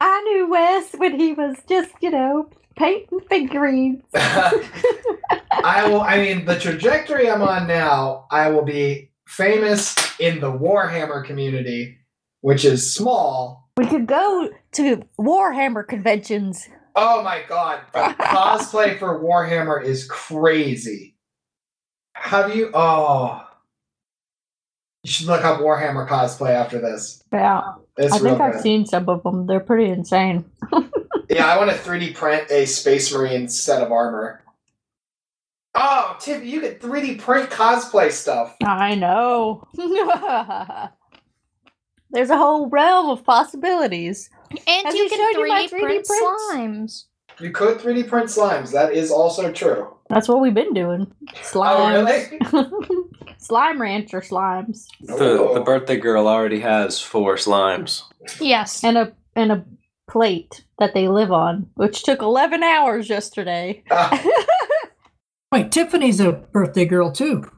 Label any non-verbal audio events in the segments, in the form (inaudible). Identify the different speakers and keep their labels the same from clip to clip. Speaker 1: I knew Wes when he was just, you know, painting figurines.
Speaker 2: (laughs) I will. I mean, the trajectory I'm on now, I will be famous in the Warhammer community, which is small.
Speaker 1: We could go to Warhammer conventions. (laughs)
Speaker 2: Oh my god, the cosplay for Warhammer is crazy. Have you? Oh, you should look up Warhammer cosplay after this.
Speaker 1: Yeah,
Speaker 2: It's
Speaker 1: I
Speaker 2: real
Speaker 1: think I've
Speaker 2: good.
Speaker 1: seen some of them. They're pretty insane.
Speaker 2: Yeah, I want to 3D print a Space Marine set of armor. Oh, Tiff, you can 3D print cosplay stuff.
Speaker 1: I know. (laughs) There's a whole realm of possibilities.
Speaker 3: And
Speaker 1: Have
Speaker 3: you
Speaker 1: you
Speaker 3: can
Speaker 1: showed you my
Speaker 3: 3D
Speaker 1: 3D
Speaker 3: print
Speaker 1: prints?
Speaker 3: slimes.
Speaker 2: You could 3D print slimes. That is also true.
Speaker 1: That's what we've been doing.
Speaker 2: Oh,
Speaker 1: Slime.
Speaker 2: really?
Speaker 1: (laughs) Slime rancher slimes.
Speaker 4: The, the birthday girl already has four slimes.
Speaker 1: (laughs)
Speaker 3: Yes.
Speaker 1: And a and a plate that they live on, which took eleven hours yesterday.
Speaker 2: Ah,
Speaker 5: Wait, Tiffany's a birthday girl too.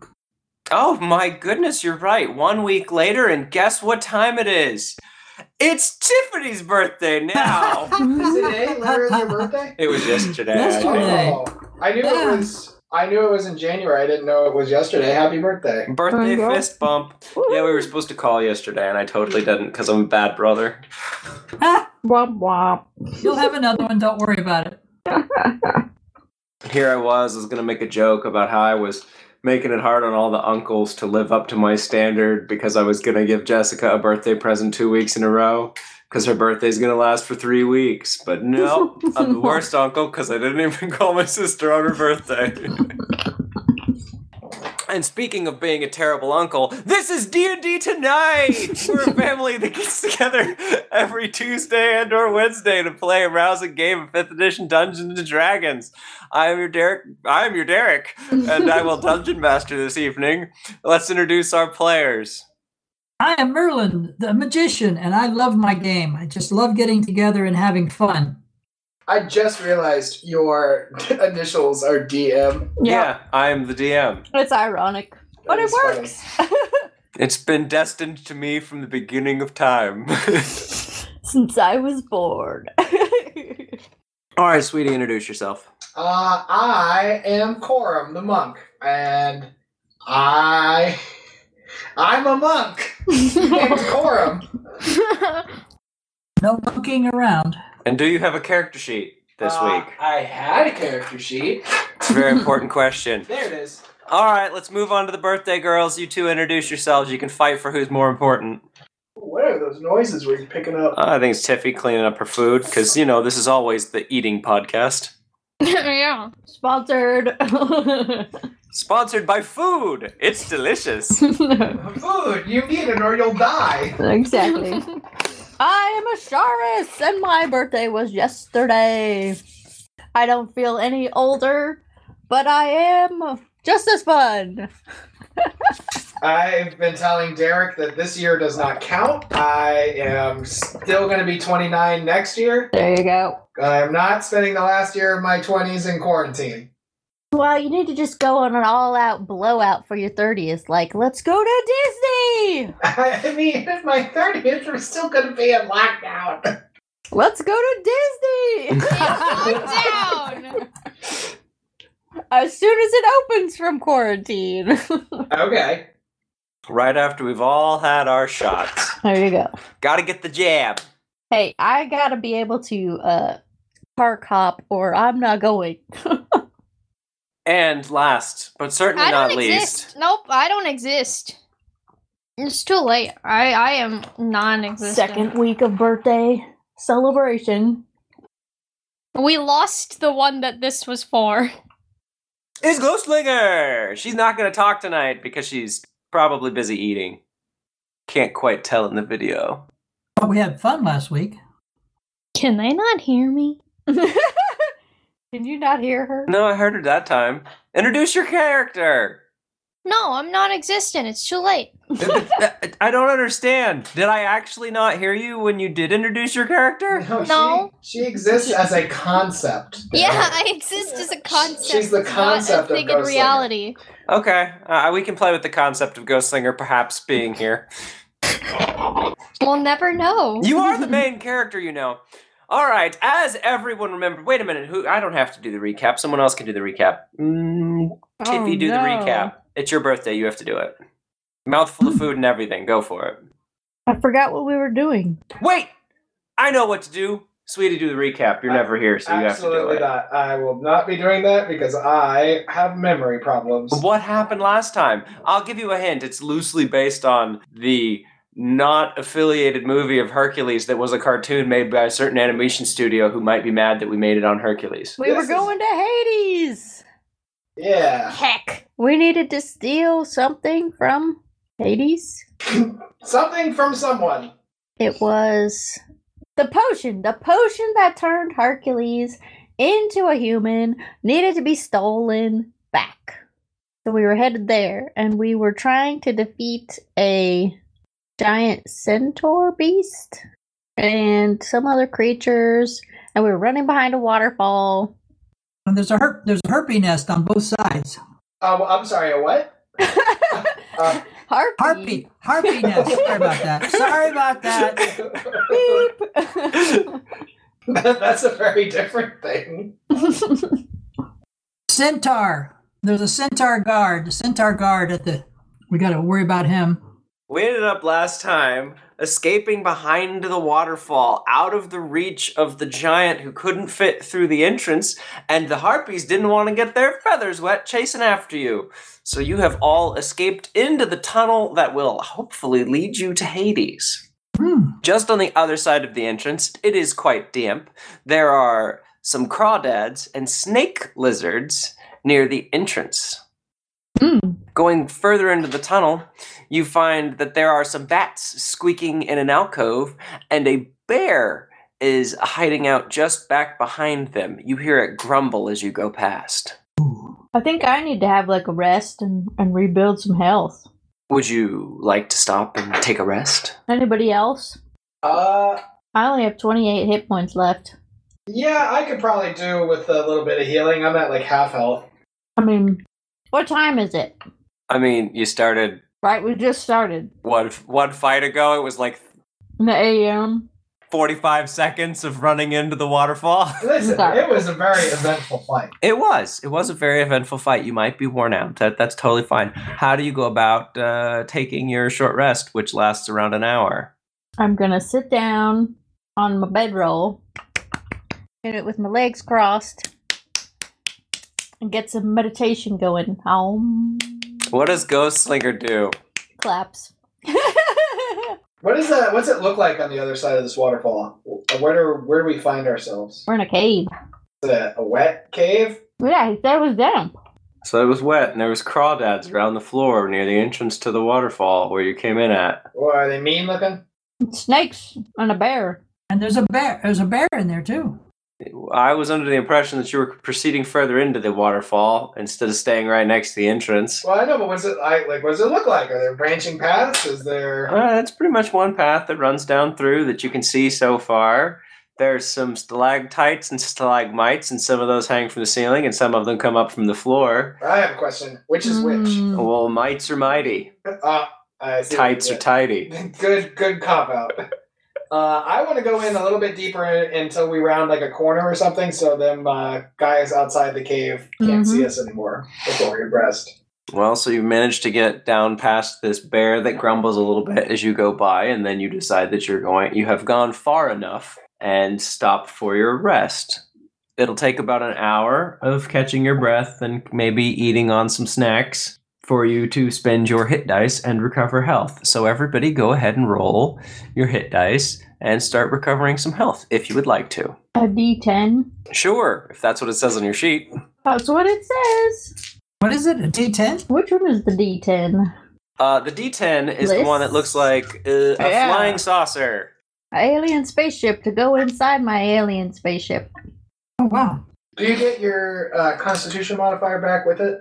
Speaker 4: Oh my goodness, you're right. One week later, and guess what time it is? It's Tiffany's birthday
Speaker 5: (laughs)
Speaker 4: now.
Speaker 2: is it today?
Speaker 1: (laughs)
Speaker 2: Later is your birthday?
Speaker 4: it was yesterday. I think.
Speaker 5: Yesterday.
Speaker 2: Oh, I knew it was. I knew it was in January. I didn't know it was yesterday. Happy birthday!
Speaker 4: Birthday
Speaker 1: There you go.
Speaker 4: fist bump. Yeah, we were supposed to call yesterday, and I totally didn't because I'm a bad brother.
Speaker 5: Ah,
Speaker 1: Womp womp.
Speaker 5: you'll have another one. Don't worry about it.
Speaker 4: Here I was, I was going to make a joke about how I was making it hard on all the uncles to live up to my standard because I was going to give Jessica a birthday present two weeks in a row because her birthday's going to last for three weeks. But no, I'm the worst uncle because I didn't even call my sister on her birthday. And speaking of being a terrible uncle, this is D&D Tonight! We're a family that gets together every Tuesday and or Wednesday to play a rousing game of 5th edition Dungeons & Dragons. I'm your Derek, I'm your Derek, and I will Dungeon Master this evening. Let's introduce our players.
Speaker 5: I am Merlin, the magician, and I love my game. I just love getting together and having fun.
Speaker 2: I just realized your (laughs) initials are DM.
Speaker 1: Yeah.
Speaker 4: I'm the DM.
Speaker 1: It's ironic. But
Speaker 2: That
Speaker 1: it
Speaker 2: is funny.
Speaker 1: works. (laughs)
Speaker 4: It's been destined to me from the beginning of time. (laughs)
Speaker 1: Since I was born. (laughs)
Speaker 4: All right, sweetie, introduce yourself.
Speaker 2: Uh, I am Corum the monk, and I (laughs) I'm a monk named Corum.
Speaker 5: No looking around.
Speaker 4: And do you have a character sheet this
Speaker 2: Uh,
Speaker 4: week?
Speaker 2: I had a character sheet.
Speaker 4: It's
Speaker 3: (laughs)
Speaker 4: a very important question.
Speaker 2: There it is.
Speaker 4: All right, let's move on to the birthday girls. You two introduce yourselves. You can fight for who's more important.
Speaker 2: What are those noises we're picking up?
Speaker 4: I think it's Tiffy cleaning up her food because you know this is always the eating podcast.
Speaker 3: yeah.
Speaker 4: (laughs)
Speaker 1: Sponsored. (laughs)
Speaker 4: Sponsored by food. It's delicious.
Speaker 2: Food, you need it or you'll die.
Speaker 1: exactly.
Speaker 2: (laughs)
Speaker 1: I am Asharis, and my birthday was yesterday. I don't feel any older, but I am just as fun.
Speaker 2: I've been telling Derek that this year does not count. I am still going to be 29 next year.
Speaker 1: There you go.
Speaker 2: I'm not spending the last year of my 20s in quarantine. (laughs)
Speaker 1: Well, you need to just go on an all out blowout for your 30th. Like, let's go to Disney!
Speaker 2: I mean, at my 30th, we're still going to be in lockdown.
Speaker 1: Let's go to Disney!
Speaker 3: down.
Speaker 1: as soon as it opens from quarantine. (laughs)
Speaker 2: Okay.
Speaker 4: right after we've all had our shots.
Speaker 1: there you go.
Speaker 4: Gotta get the jab.
Speaker 1: Hey, I gotta be able to uh park hop or I'm not going. (laughs)
Speaker 4: And last, but certainly
Speaker 3: I
Speaker 4: not
Speaker 3: don't
Speaker 4: least,
Speaker 3: exist. Nope, I don't exist. It's too late. I I am non-existent.
Speaker 1: Second week of birthday (laughs) celebration.
Speaker 3: We lost the one that this was for.
Speaker 4: is Ghostlinger. She's not gonna talk tonight because she's probably busy eating. Can't quite tell in the video.
Speaker 5: But we had fun last week.
Speaker 3: Can they not hear me?
Speaker 1: Can you not hear her?
Speaker 4: No, I heard her that time. Introduce your character. (laughs)
Speaker 3: No, I'm non-existent. It's too late.
Speaker 4: I don't understand. Did I actually not hear you when you did introduce your character?
Speaker 3: No.
Speaker 2: She, she exists as a concept.
Speaker 3: Yeah, I exist as a concept.
Speaker 2: She's the
Speaker 3: not
Speaker 2: concept
Speaker 3: a
Speaker 2: of
Speaker 3: thing in
Speaker 2: Ghostlight.
Speaker 3: reality.
Speaker 4: Okay, uh, we can play with the concept of Ghostlinger perhaps being here.
Speaker 3: We'll never know.
Speaker 4: You are the main character, you know. All right, as everyone remembered, wait a minute. Who? I don't have to do the recap. Someone else can do the recap. Mm,
Speaker 1: Oh,
Speaker 4: Tiffy, do the
Speaker 1: no.
Speaker 4: recap. It's your birthday. You have to do it. Mouthful of food and everything. Go for it.
Speaker 1: I forgot what we were doing.
Speaker 4: Wait, I know what to do. Sweetie, do the recap. You're never here, so you have to do
Speaker 2: Absolutely
Speaker 4: it.
Speaker 2: not. I will not be doing that because I have memory problems.
Speaker 4: What happened last time? I'll give you a hint. It's loosely based on the not affiliated movie of Hercules that was a cartoon made by a certain animation studio who might be mad that we made it on Hercules.
Speaker 1: We
Speaker 2: This
Speaker 1: were
Speaker 2: is-
Speaker 1: going to Hades.
Speaker 2: Yeah.
Speaker 3: Heck.
Speaker 1: We needed to steal something from Hades.
Speaker 2: Something from someone.
Speaker 1: It was the potion. The potion that turned Hercules into a human needed to be stolen back. So we were headed there and we were trying to defeat a giant centaur beast and some other creatures. And we were running behind a waterfall.
Speaker 5: And there's a herp, there's a herpy nest on both sides.
Speaker 2: Um, I'm sorry, a what? Uh,
Speaker 1: Harpy.
Speaker 5: Harpy, harpy nest. Sorry about that. Sorry about that.
Speaker 1: (laughs) Beep.
Speaker 2: (laughs) That's a very different thing.
Speaker 5: Centaur. There's a centaur guard. The centaur guard at the. We got to worry about him.
Speaker 4: We ended up last time escaping behind the waterfall out of the reach of the giant who couldn't fit through the entrance, and the harpies didn't want to get their feathers wet chasing after you. So you have all escaped into the tunnel that will hopefully lead you to Hades.
Speaker 5: Hmm.
Speaker 4: Just on the other side of the entrance, it is quite damp. There are some crawdads and snake lizards near the entrance.
Speaker 1: Mm.
Speaker 4: Going further into the tunnel, you find that there are some bats squeaking in an alcove, and a bear is hiding out just back behind them. You hear it grumble as you go past.
Speaker 1: I think I need to have like a rest and, and rebuild some health.
Speaker 4: Would you like to stop and take a rest?
Speaker 1: Anybody else?
Speaker 2: Uh,
Speaker 1: I only have 28 hit points left.
Speaker 2: yeah, I could probably do with a little bit of healing. I'm at like half health.
Speaker 1: I mean, what time is it?
Speaker 4: I mean, you started
Speaker 1: Right, we just started
Speaker 4: one one fight ago. It was like
Speaker 1: in the AM.
Speaker 4: 45 seconds of running into the waterfall. (laughs)
Speaker 2: Listen,
Speaker 1: Sorry.
Speaker 2: it was a very eventful fight.
Speaker 4: It was. It was a very eventful fight. You might be worn out. That that's totally fine. How do you go about uh, taking your short rest, which lasts around an hour?
Speaker 1: I'm gonna sit down on my bedroll, hit it with my legs crossed, and get some meditation going. Um,
Speaker 4: What does Ghost Slinger do?
Speaker 1: claps. (laughs)
Speaker 2: What is that? What's it look like on the other side of this waterfall? Where do where do we find ourselves?
Speaker 1: We're in a cave.
Speaker 2: Is it a wet cave?
Speaker 1: Yeah, that was damp.
Speaker 4: So it was wet, and there was crawdads around the floor near the entrance to the waterfall where you came in at.
Speaker 2: Or are they mean looking?
Speaker 1: Snakes and a bear.
Speaker 5: And there's a bear. There's a bear in there too.
Speaker 4: I was under the impression that you were proceeding further into the waterfall instead of staying right next to the entrance.
Speaker 2: Well, I know, but what's it like? Like, what does it look like? Are there branching paths? Is there?
Speaker 4: Uh, that's pretty much one path that runs down through that you can see so far. There's some stalactites and stalagmites, and some of those hang from the ceiling, and some of them come up from the floor.
Speaker 2: I have a question. Which is
Speaker 1: Mm.
Speaker 4: Well, mites are mighty,
Speaker 2: which? Uh, I see what you
Speaker 4: tights are
Speaker 2: did.
Speaker 4: tidy.
Speaker 2: (laughs) good, good cop out. Uh, I want to go in a little bit deeper in, until we round like a corner or something, so them uh, guys outside the cave
Speaker 1: Mhm.
Speaker 2: can't see us anymore before we rest.
Speaker 4: Well, so you manage to get down past this bear that grumbles a little bit as you go by, and then you decide that you're going, you have gone far enough and stop for your rest. It'll take about an hour of catching your breath and maybe eating on some snacks for you to spend your hit dice and recover health. So, everybody go ahead and roll your hit dice and start recovering some health if you would like to.
Speaker 1: A D10.
Speaker 4: Sure, if that's what it says on your sheet.
Speaker 1: That's what it says.
Speaker 5: What is it? A D10?
Speaker 1: Which one is the D10?
Speaker 4: Uh, the D10 is the
Speaker 1: Bliss?
Speaker 4: one that looks like uh, a
Speaker 1: Yeah.
Speaker 4: flying saucer.
Speaker 1: A alien spaceship to go inside my alien spaceship.
Speaker 5: Oh wow.
Speaker 2: Do you get your uh, Constitution modifier back with it?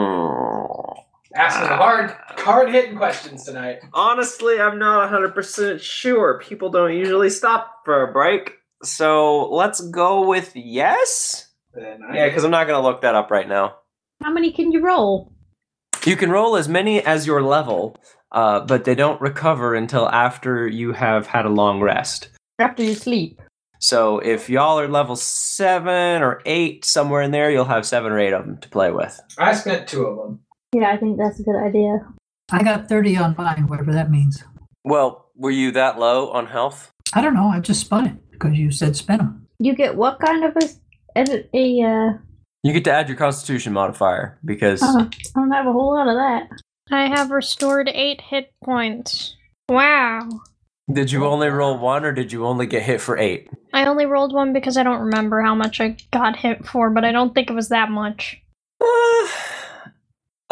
Speaker 4: Oh.
Speaker 2: Asking the hard, hard hitting questions tonight.
Speaker 4: Honestly, I'm not 100% sure. People don't usually stop for a break. So let's go with yes?
Speaker 2: Then I-
Speaker 4: Yeah, because I'm not going to look that up right now.
Speaker 1: How many can you roll?
Speaker 4: You can roll as many as your level, uh, but they don't recover until after you have had a long rest.
Speaker 1: After you sleep.
Speaker 4: So if y'all are level seven or eight, somewhere in there, you'll have seven or eight of them to play with.
Speaker 2: I spent two of them.
Speaker 1: Yeah, I think that's a good idea.
Speaker 5: I got 30 on mine, whatever that means.
Speaker 4: Well, were you that low on health?
Speaker 5: I don't know. I just spun it because you said spin them.
Speaker 1: You get what kind of a a, a uh,
Speaker 4: You get to add your constitution modifier because
Speaker 1: oh, I don't have a whole lot of that.
Speaker 3: I have restored eight hit points. Wow.
Speaker 4: did you only roll one or did you only get hit for eight?
Speaker 3: I only rolled one because I don't remember how much I got hit for, but I don't think it was that much.
Speaker 4: Uh, (sighs)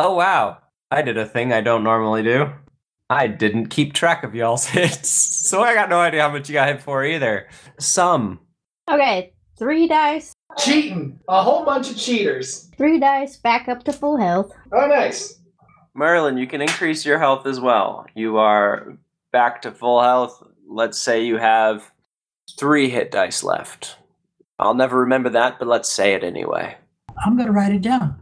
Speaker 4: oh wow. I did a thing I don't normally do. I didn't keep track of y'all's (laughs) hits. So I got no idea how much you got hit for either. Some.
Speaker 1: Okay, three dice,
Speaker 2: Cheating. A whole bunch of cheaters.
Speaker 1: three dice, back up to full health.
Speaker 2: Oh, nice.
Speaker 4: Merlin, you can increase your health as well. You are back to full health. Let's say you have three hit dice left. I'll never remember that, but let's say it anyway.
Speaker 5: I'm going to write it down.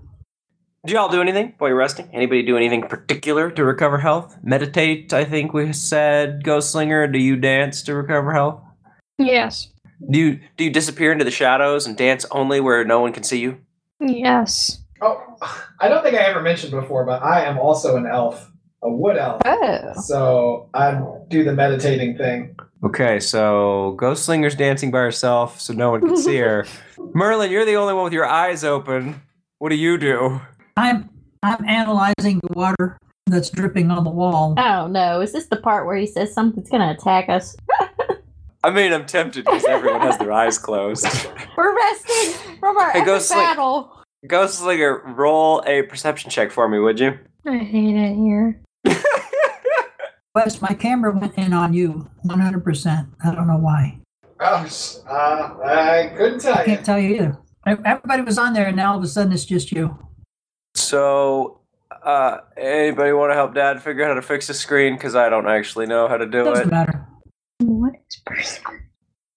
Speaker 4: Do y'all do anything while you're resting? Anybody do anything particular to recover health? Meditate, I think we said. Ghost Slinger, do you dance to recover health?
Speaker 3: Yes.
Speaker 4: Do you do you disappear into the shadows and dance only where no one can see you?
Speaker 3: Yes.
Speaker 2: Oh, I don't think I ever mentioned before, but I am also an elf, a wood elf.
Speaker 1: Oh,
Speaker 2: So I do the meditating thing.
Speaker 4: Okay, so Ghost Slinger's dancing by herself, so no one can see (laughs) her. Merlin, you're the only one with your eyes open. What do you do?
Speaker 5: I'm I'm analyzing the water that's dripping on the wall.
Speaker 1: oh no! Is this the part where he says something's gonna attack us?
Speaker 4: I mean, I'm tempted because everyone has their eyes (laughs) closed.
Speaker 1: We're resting from our
Speaker 4: Hey, go
Speaker 1: epic
Speaker 4: sleep.
Speaker 1: battle.
Speaker 4: Ghost Slinger, roll a perception check for me, would you?
Speaker 3: I hate it here.
Speaker 5: Wes, my camera went in on you 100%. I don't know why.
Speaker 2: Oh, sh- uh, I couldn't
Speaker 5: I
Speaker 2: tell you.
Speaker 5: can't tell you either. Ev- Everybody was on there, and now all of a sudden it's just you.
Speaker 4: So, uh, anybody want to help Dad figure out how to fix the screen? Because I don't actually know how to do
Speaker 5: Doesn't (laughs)
Speaker 4: it.
Speaker 5: matter.
Speaker 1: What is person?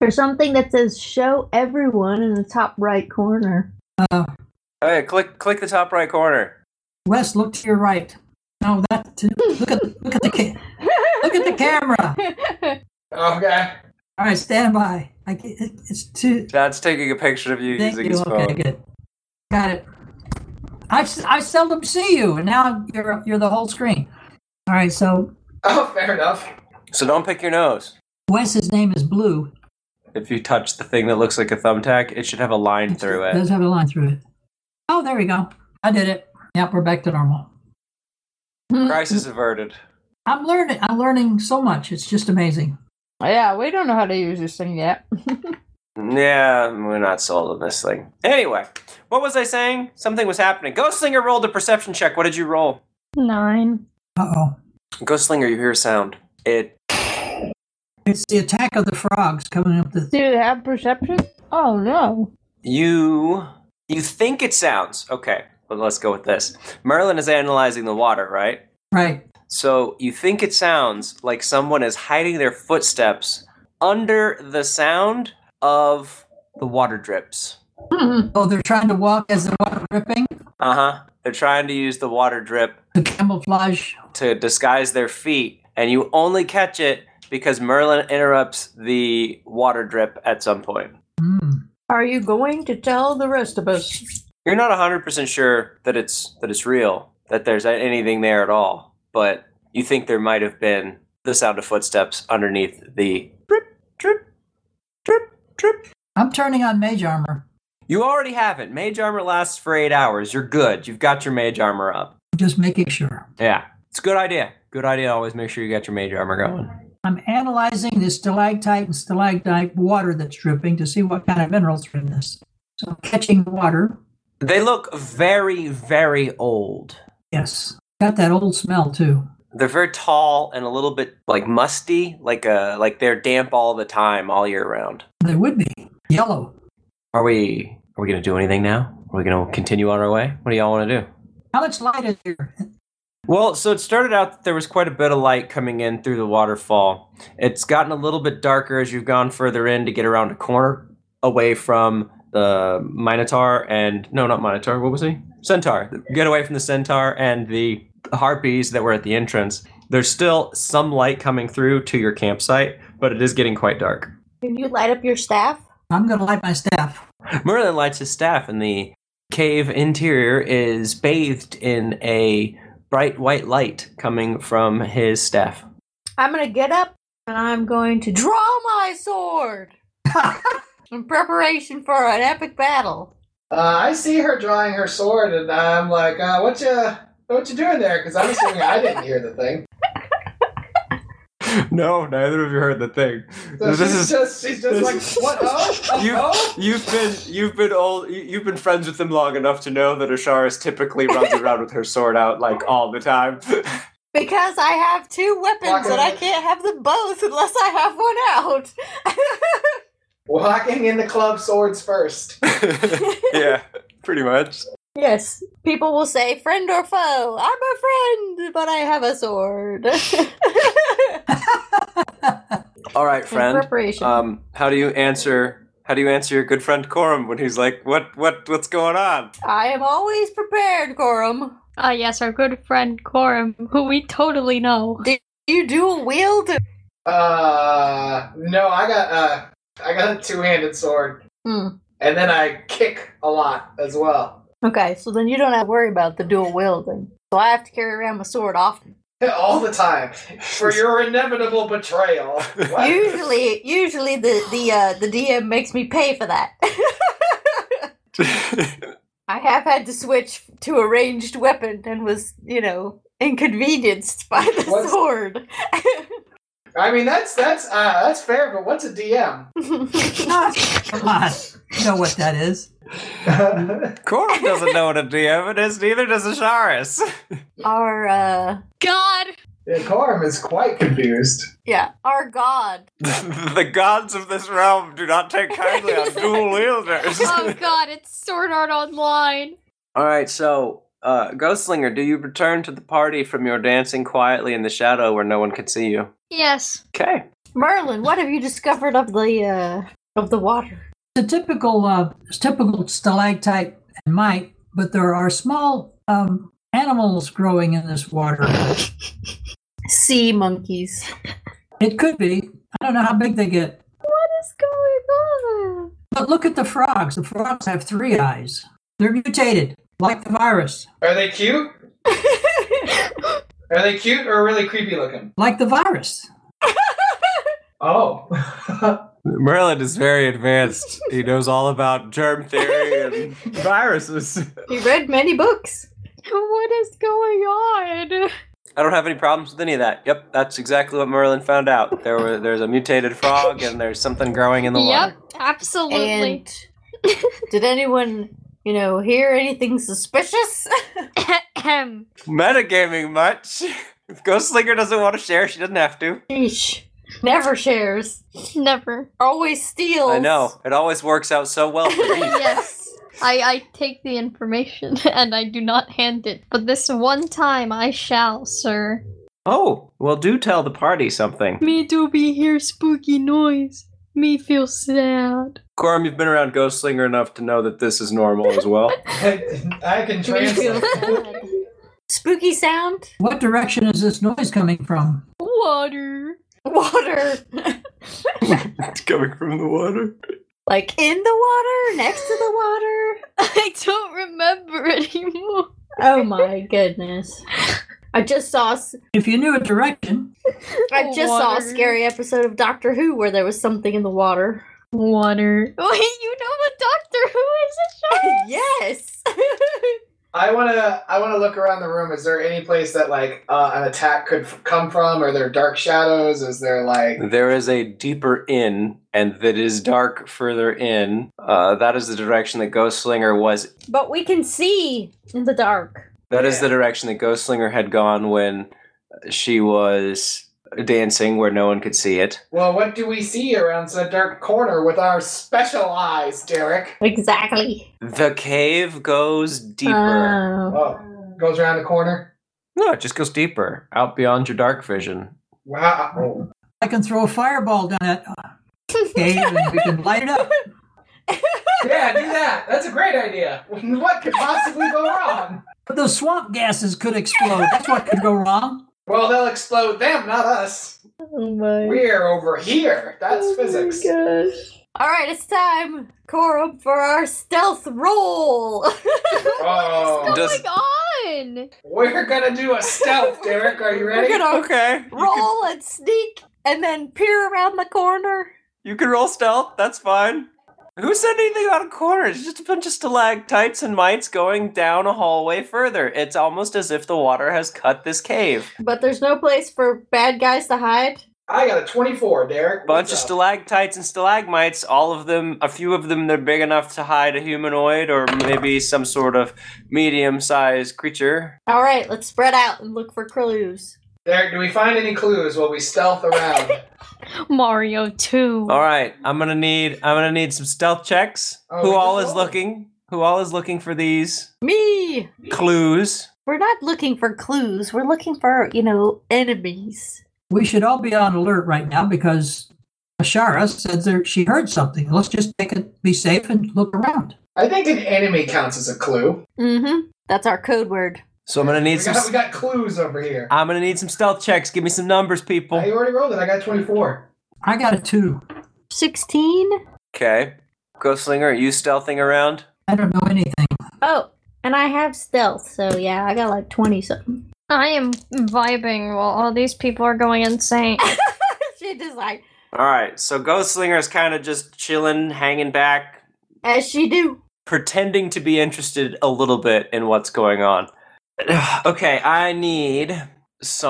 Speaker 1: There's something that says show everyone in the top right corner.
Speaker 5: Uh,
Speaker 4: Okay, Oh, click click the top right corner.
Speaker 5: Wes, look to your right. No, that to, look at look at the ca- look at the camera.
Speaker 1: (laughs)
Speaker 2: Okay. (laughs)
Speaker 5: All right, stand by. I ca- it, it's too.
Speaker 4: Dad's taking a picture of you
Speaker 5: Thank
Speaker 4: using
Speaker 5: you.
Speaker 4: his phone.
Speaker 5: Okay, good. Got it. I, s- I seldom see you, and now you're you're the whole screen. All right, so
Speaker 2: Oh, fair enough.
Speaker 4: So don't pick your nose.
Speaker 5: Wes's name is Blue.
Speaker 4: If you touch the thing that looks like a thumbtack, it should have a line through it.
Speaker 5: Does have a line through it. Oh, there we go. I did it. Yep, we're back to normal.
Speaker 4: Crisis averted.
Speaker 5: I'm learning. I'm learning so much. It's just amazing.
Speaker 1: Yeah, we don't know how to use this thing yet.
Speaker 4: Yeah, we're not sold on this thing. Anyway, what was I saying? Something was happening. Ghostslinger rolled a perception check. What did you roll?
Speaker 3: Nine.
Speaker 5: Uh oh.
Speaker 4: Ghostslinger, you hear a sound. It
Speaker 5: It's the attack of the frogs coming up the.
Speaker 1: Do you have perception? Oh no.
Speaker 4: you you think it sounds okay. But let's go with this. Merlin is analyzing the water, right?
Speaker 5: Right.
Speaker 4: So you think it sounds like someone is hiding their footsteps under the sound of the water drips.
Speaker 5: Oh, they're trying to walk as the water dripping
Speaker 4: Uh huh. They're trying to use the water drip
Speaker 5: to camouflage.
Speaker 4: to disguise their feet, and you only catch it because Merlin interrupts the water drip at some point.
Speaker 5: Hmm.
Speaker 1: Are you going to tell the rest of us?
Speaker 4: You're not 100% sure that it's that it's real, that there's anything there at all, but you think there might have been the sound of footsteps underneath the drip drip drip drip.
Speaker 5: I'm turning on mage armor.
Speaker 4: You already have it. Mage armor lasts for 8 hours. You're good. You've got your mage armor up.
Speaker 5: Just making sure.
Speaker 4: Yeah. It's a good idea. Good idea. Always make sure you got your mage armor going.
Speaker 5: I'm analyzing this stalactite and stalagmite water that's dripping to see what kind of minerals are in this. So I'm catching the water.
Speaker 4: They look very very old.
Speaker 5: Yes. Got that old smell too.
Speaker 4: they're very tall and a little bit like musty, like uh like they're damp all the time, all year round.
Speaker 5: They would be yellow.
Speaker 4: Are we are we gonna do anything now? Are we gonna continue on our way? What do y'all want to do?
Speaker 5: How much light is there?
Speaker 4: Well, so it started out that there was quite a bit of light coming in through the waterfall. It's gotten a little bit darker as you've gone further in to get around a corner away from the Minotaur and no, not Minotaur. What was he? Centaur. Get away from the Centaur and the harpies that were at the entrance. There's still some light coming through to your campsite, but it is getting quite dark.
Speaker 1: Can you light up your staff?
Speaker 5: I'm going to light my staff. (laughs)
Speaker 4: Merlin lights his staff, and the cave interior is bathed in a bright white light coming from his staff.
Speaker 1: I'm gonna get up and I'm going to draw my sword in preparation for an epic battle.
Speaker 2: Uh, I see her drawing her sword, and I'm like, uh, "What you, what you doing there?" Because I'm assuming I didn't hear the thing.
Speaker 4: (laughs) No, neither of you heard the thing.
Speaker 2: So she's just, she's just like, "What? Oh, oh,
Speaker 4: You-
Speaker 2: oh?"
Speaker 4: You've been you've been old you- you've been friends with them long enough to know that Asharis typically runs around with her sword out like all the time.
Speaker 1: Because I have two weapons
Speaker 2: Walking
Speaker 1: and I
Speaker 2: in.
Speaker 1: can't have them both unless I have one out. (laughs)
Speaker 2: Walking in the club, swords first.
Speaker 4: yeah, pretty much.
Speaker 1: yes, people will say friend or foe. I'm a friend, but I have a sword. (laughs)
Speaker 4: All right,
Speaker 1: In
Speaker 4: friend.
Speaker 1: preparation.
Speaker 4: Um, how do you answer? How do you answer your good friend Corum when he's like, "What? What? What's going on?" (laughs)
Speaker 1: I am always prepared, Corum.
Speaker 3: Ah, yes, our good friend Corum, who we totally know.
Speaker 1: You dual wield?
Speaker 2: Uh, no, I got, uh, I got a two-handed sword,
Speaker 1: Hmm.
Speaker 2: and then I kick a lot as well. (laughs)
Speaker 1: Okay, so then you don't have to worry about the dual wielding. So I have to carry around my sword often.
Speaker 2: All the time for your inevitable betrayal. What?
Speaker 1: Usually, usually the the uh, the DM makes me pay for that. (laughs) I have had to switch to a ranged weapon and was, you know, inconvenienced by the
Speaker 2: What's-
Speaker 1: sword. (laughs)
Speaker 2: I mean, that's that's uh, that's fair, but what's a DM?
Speaker 5: Come on. You know what that is.
Speaker 4: Corum doesn't know what a DM it is. Neither does Asharis. (laughs)
Speaker 1: our uh
Speaker 3: God!
Speaker 2: Yeah, Corum is quite confused.
Speaker 1: yeah, our god.
Speaker 4: the gods of this realm do not take kindly on dual wielders.
Speaker 3: (laughs) Oh god, it's Sword Art Online!
Speaker 4: All right, so uh, Ghostslinger, do you return to the party from your dancing quietly in the shadow where no one can see you?
Speaker 3: Yes.
Speaker 4: Okay.
Speaker 1: Merlin, what have you discovered of the uh of the water?
Speaker 5: It's a typical, uh, it's typical stalactite and mite, but there are small um, animals growing in this water.
Speaker 1: Sea monkeys. (laughs)
Speaker 5: It could be. I don't know how big they get.
Speaker 1: What is
Speaker 3: Oh
Speaker 1: going on?
Speaker 5: But look at the frogs. The frogs have three eyes. They're mutated, like the virus.
Speaker 2: Are they cute? Are they cute or really creepy looking?
Speaker 5: Like the virus.
Speaker 2: Oh,
Speaker 4: Merlin is very advanced. he knows all about germ theory and viruses.
Speaker 1: You read many books.
Speaker 3: What is going on?
Speaker 4: I don't have any problems with any of that. Yep, that's exactly what Merlin found out. There were there's a mutated frog and there's something growing in the
Speaker 3: Yep,
Speaker 4: water.
Speaker 3: absolutely.
Speaker 1: And did anyone, you know, hear anything suspicious? (laughs)
Speaker 3: Ahem.
Speaker 4: Metagaming much? (laughs) If Ghostslinger doesn't want to share, she doesn't have to.
Speaker 1: Sheesh. Never shares.
Speaker 3: (clears throat) Never.
Speaker 1: Always steals.
Speaker 4: I
Speaker 1: (laughs)
Speaker 4: know. It always works out so well for (laughs) me.
Speaker 3: Yes. I, I take the information (laughs) and I do not hand it, but this one time I shall, sir.
Speaker 4: oh, well do tell the party something.
Speaker 3: Me do be hear spooky noise. Me feel sad.
Speaker 4: Corum, you've been around Ghostslinger enough to know that this is normal as well.
Speaker 2: I can
Speaker 3: (laughs)
Speaker 2: translate.
Speaker 1: Spooky sound.
Speaker 5: What direction is this noise coming from?
Speaker 3: Water.
Speaker 1: Water.
Speaker 4: (laughs) it's coming from the water.
Speaker 1: like in the water, next to the water.
Speaker 3: (laughs) I don't remember (laughs) anymore.
Speaker 1: Oh my goodness. I just saw s-
Speaker 5: If you knew a direction,
Speaker 1: I just saw a
Speaker 3: Water.
Speaker 1: scary episode of Doctor Who where there was something in the water.
Speaker 3: Water. Wait, you know what Doctor Who is a show?
Speaker 1: (laughs) yes.
Speaker 2: I wanna, I wanna look around the room. Is there any place that like uh, an attack could f- come from? Are there dark shadows? Is there like
Speaker 4: There is a deeper in, and that is dark further in. Uh, that is the direction that Ghostslinger was.
Speaker 1: but we can see in the dark.
Speaker 4: That is
Speaker 2: Yeah.
Speaker 4: the direction that Ghostslinger had gone when she was dancing where no one could see it.
Speaker 2: Well, what do we see around the dark corner with our special eyes, Derek?
Speaker 1: Exactly.
Speaker 4: The cave goes deeper.
Speaker 1: Oh.
Speaker 2: Oh, goes around the corner.
Speaker 4: Ah. no, it just goes deeper, out beyond your dark vision.
Speaker 2: Wow.
Speaker 5: I can throw a fireball down that uh, cave and we can light it up.
Speaker 2: Yeah, do that. That's a great idea. (laughs) What could possibly go wrong?
Speaker 5: But those swamp gases could explode. That's what could go wrong.
Speaker 2: Well, they'll explode them, not us.
Speaker 1: Oh my.
Speaker 2: We're over here. That's
Speaker 1: oh my
Speaker 2: physics.
Speaker 1: gosh. (laughs) All right, it's time, Corum, for our stealth roll.
Speaker 2: Oh,
Speaker 1: (laughs)
Speaker 4: Does-
Speaker 3: What's going on?
Speaker 2: we're gonna do a stealth, Derek. Are you
Speaker 1: We're
Speaker 2: ready?
Speaker 1: gonna
Speaker 4: Okay. You can,
Speaker 1: roll and sneak, and then peer around the corner.
Speaker 4: you can roll stealth. That's fine. Who said anything about a corner? It's just a bunch of stalactites and mites going down a hallway further. It's almost as if the water has cut this cave.
Speaker 1: But there's no place for bad guys to hide.
Speaker 2: I got a 24, Derek.
Speaker 4: Bunch
Speaker 2: What's
Speaker 4: of
Speaker 2: up?
Speaker 4: stalactites and stalagmites, all of them, a few of them, they're big enough to hide a humanoid or maybe some sort of medium sized creature.
Speaker 1: All right, let's spread out and look for clues.
Speaker 2: Derek, do we find any clues while we stealth around?
Speaker 1: (laughs)
Speaker 3: Mario 2.
Speaker 4: All right, I'm gonna need I'm gonna need some stealth checks.
Speaker 2: Oh, we
Speaker 4: Who
Speaker 2: just
Speaker 4: all is
Speaker 2: rolled.
Speaker 4: looking? Who all is looking for these
Speaker 1: Me.
Speaker 4: clues?
Speaker 1: We're not looking for clues. We're looking for, you know, enemies.
Speaker 5: We should all be on alert right now because Ashara said there, she heard something. Let's just take it, be safe, and look around.
Speaker 2: I think an enemy counts as a clue.
Speaker 1: Mm-hmm. That's our code word.
Speaker 4: So I'm gonna
Speaker 2: We
Speaker 4: need some.
Speaker 2: got, we got clues over here.
Speaker 4: I'm gonna need some stealth checks. Give me some numbers, people.
Speaker 2: I already rolled it. I got 24.
Speaker 5: I got a two.
Speaker 1: Sixteen.
Speaker 4: Okay, Ghostlinger, are you stealthing around?
Speaker 5: I don't know anything.
Speaker 1: Oh, and I have stealth, so yeah, I got like twenty something.
Speaker 3: I am vibing while all these people are going insane.
Speaker 1: (laughs) she just like
Speaker 4: All right, so Ghostlinger is kind of just chilling, hanging back,
Speaker 1: as she do.
Speaker 4: pretending to be interested a little bit in what's going on. (sighs) okay, I need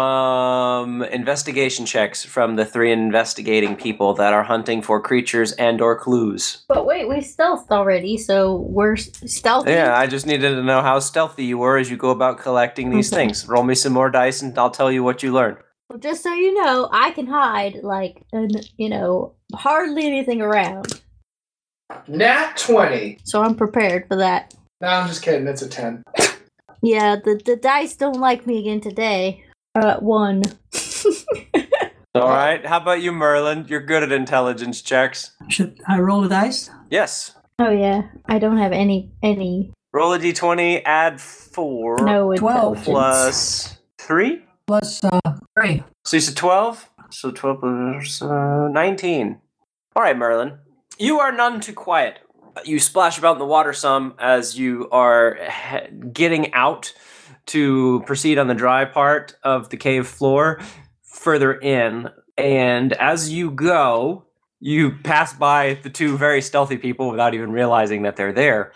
Speaker 4: some investigation checks from the three investigating people that are hunting for creatures and or clues.
Speaker 1: But wait, we stealthed already, so we're s- stealthy.
Speaker 4: Yeah, I just needed to know how stealthy you were as you go about collecting (laughs) these things. Roll me some more dice and I'll tell you what you learn.
Speaker 1: Well, just so you know, I can hide like, and you know, hardly anything around,
Speaker 2: Nat 20.
Speaker 1: so I'm prepared for that.
Speaker 2: No, I'm just kidding. It's a 10.
Speaker 1: Yeah, the the dice don't like me again today. Uh, one. (laughs)
Speaker 4: All right. How about you, Merlin? You're good at intelligence checks.
Speaker 5: Should I roll the dice?
Speaker 4: Yes.
Speaker 1: Oh yeah, I don't have any any
Speaker 4: Roll a d20, add four
Speaker 1: no
Speaker 5: Twelve.
Speaker 1: intelligence.
Speaker 4: plus three.
Speaker 5: Plus uh, three.
Speaker 4: So you said 12? So 12 plus uh, 19. All right, Merlin. You are none too quiet. You splash about in the water some as you are he- getting out to proceed on the dry part of the cave floor further in. And as you go, you pass by the two very stealthy people without even realizing that they're there.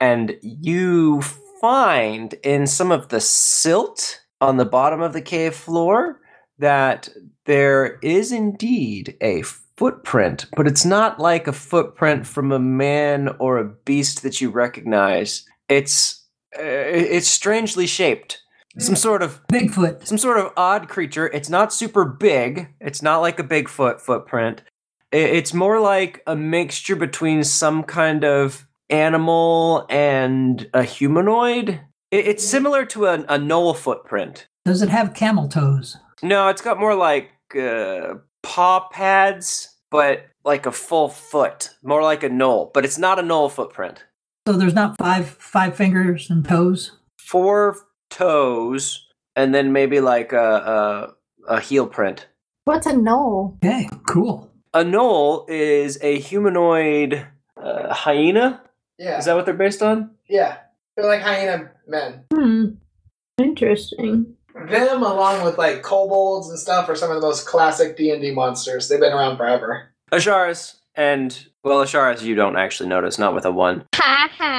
Speaker 4: And you find in some of the silt on the bottom of the cave floor that there is indeed a footprint, but it's not like a footprint from a man or a beast that you recognize. It's uh, it's strangely shaped. Some sort of
Speaker 5: Bigfoot.
Speaker 4: some sort of odd creature. It's not super big. It's not like a Bigfoot footprint. I- It's more like a mixture between some kind of animal and a humanoid. I- It's similar to a, a knoll footprint.
Speaker 5: Does it have camel toes?
Speaker 4: No, it's got more like uh, paw pads, but like a full foot, more like a knoll. But it's not a knoll footprint.
Speaker 5: So there's not five five fingers and toes.
Speaker 4: Four toes, and then maybe like a a, a heel print.
Speaker 1: What's a knoll?
Speaker 5: Okay, cool.
Speaker 4: A knoll is a humanoid uh, hyena.
Speaker 2: Yeah.
Speaker 4: Is that what they're based on?
Speaker 2: yeah. They're like hyena men.
Speaker 1: Hmm. Interesting.
Speaker 2: Them, along with like kobolds and stuff, are some of the most classic D and D monsters. They've been around forever.
Speaker 4: Asharis and well, Asharis, you don't actually notice, not with a one.
Speaker 3: ha ha.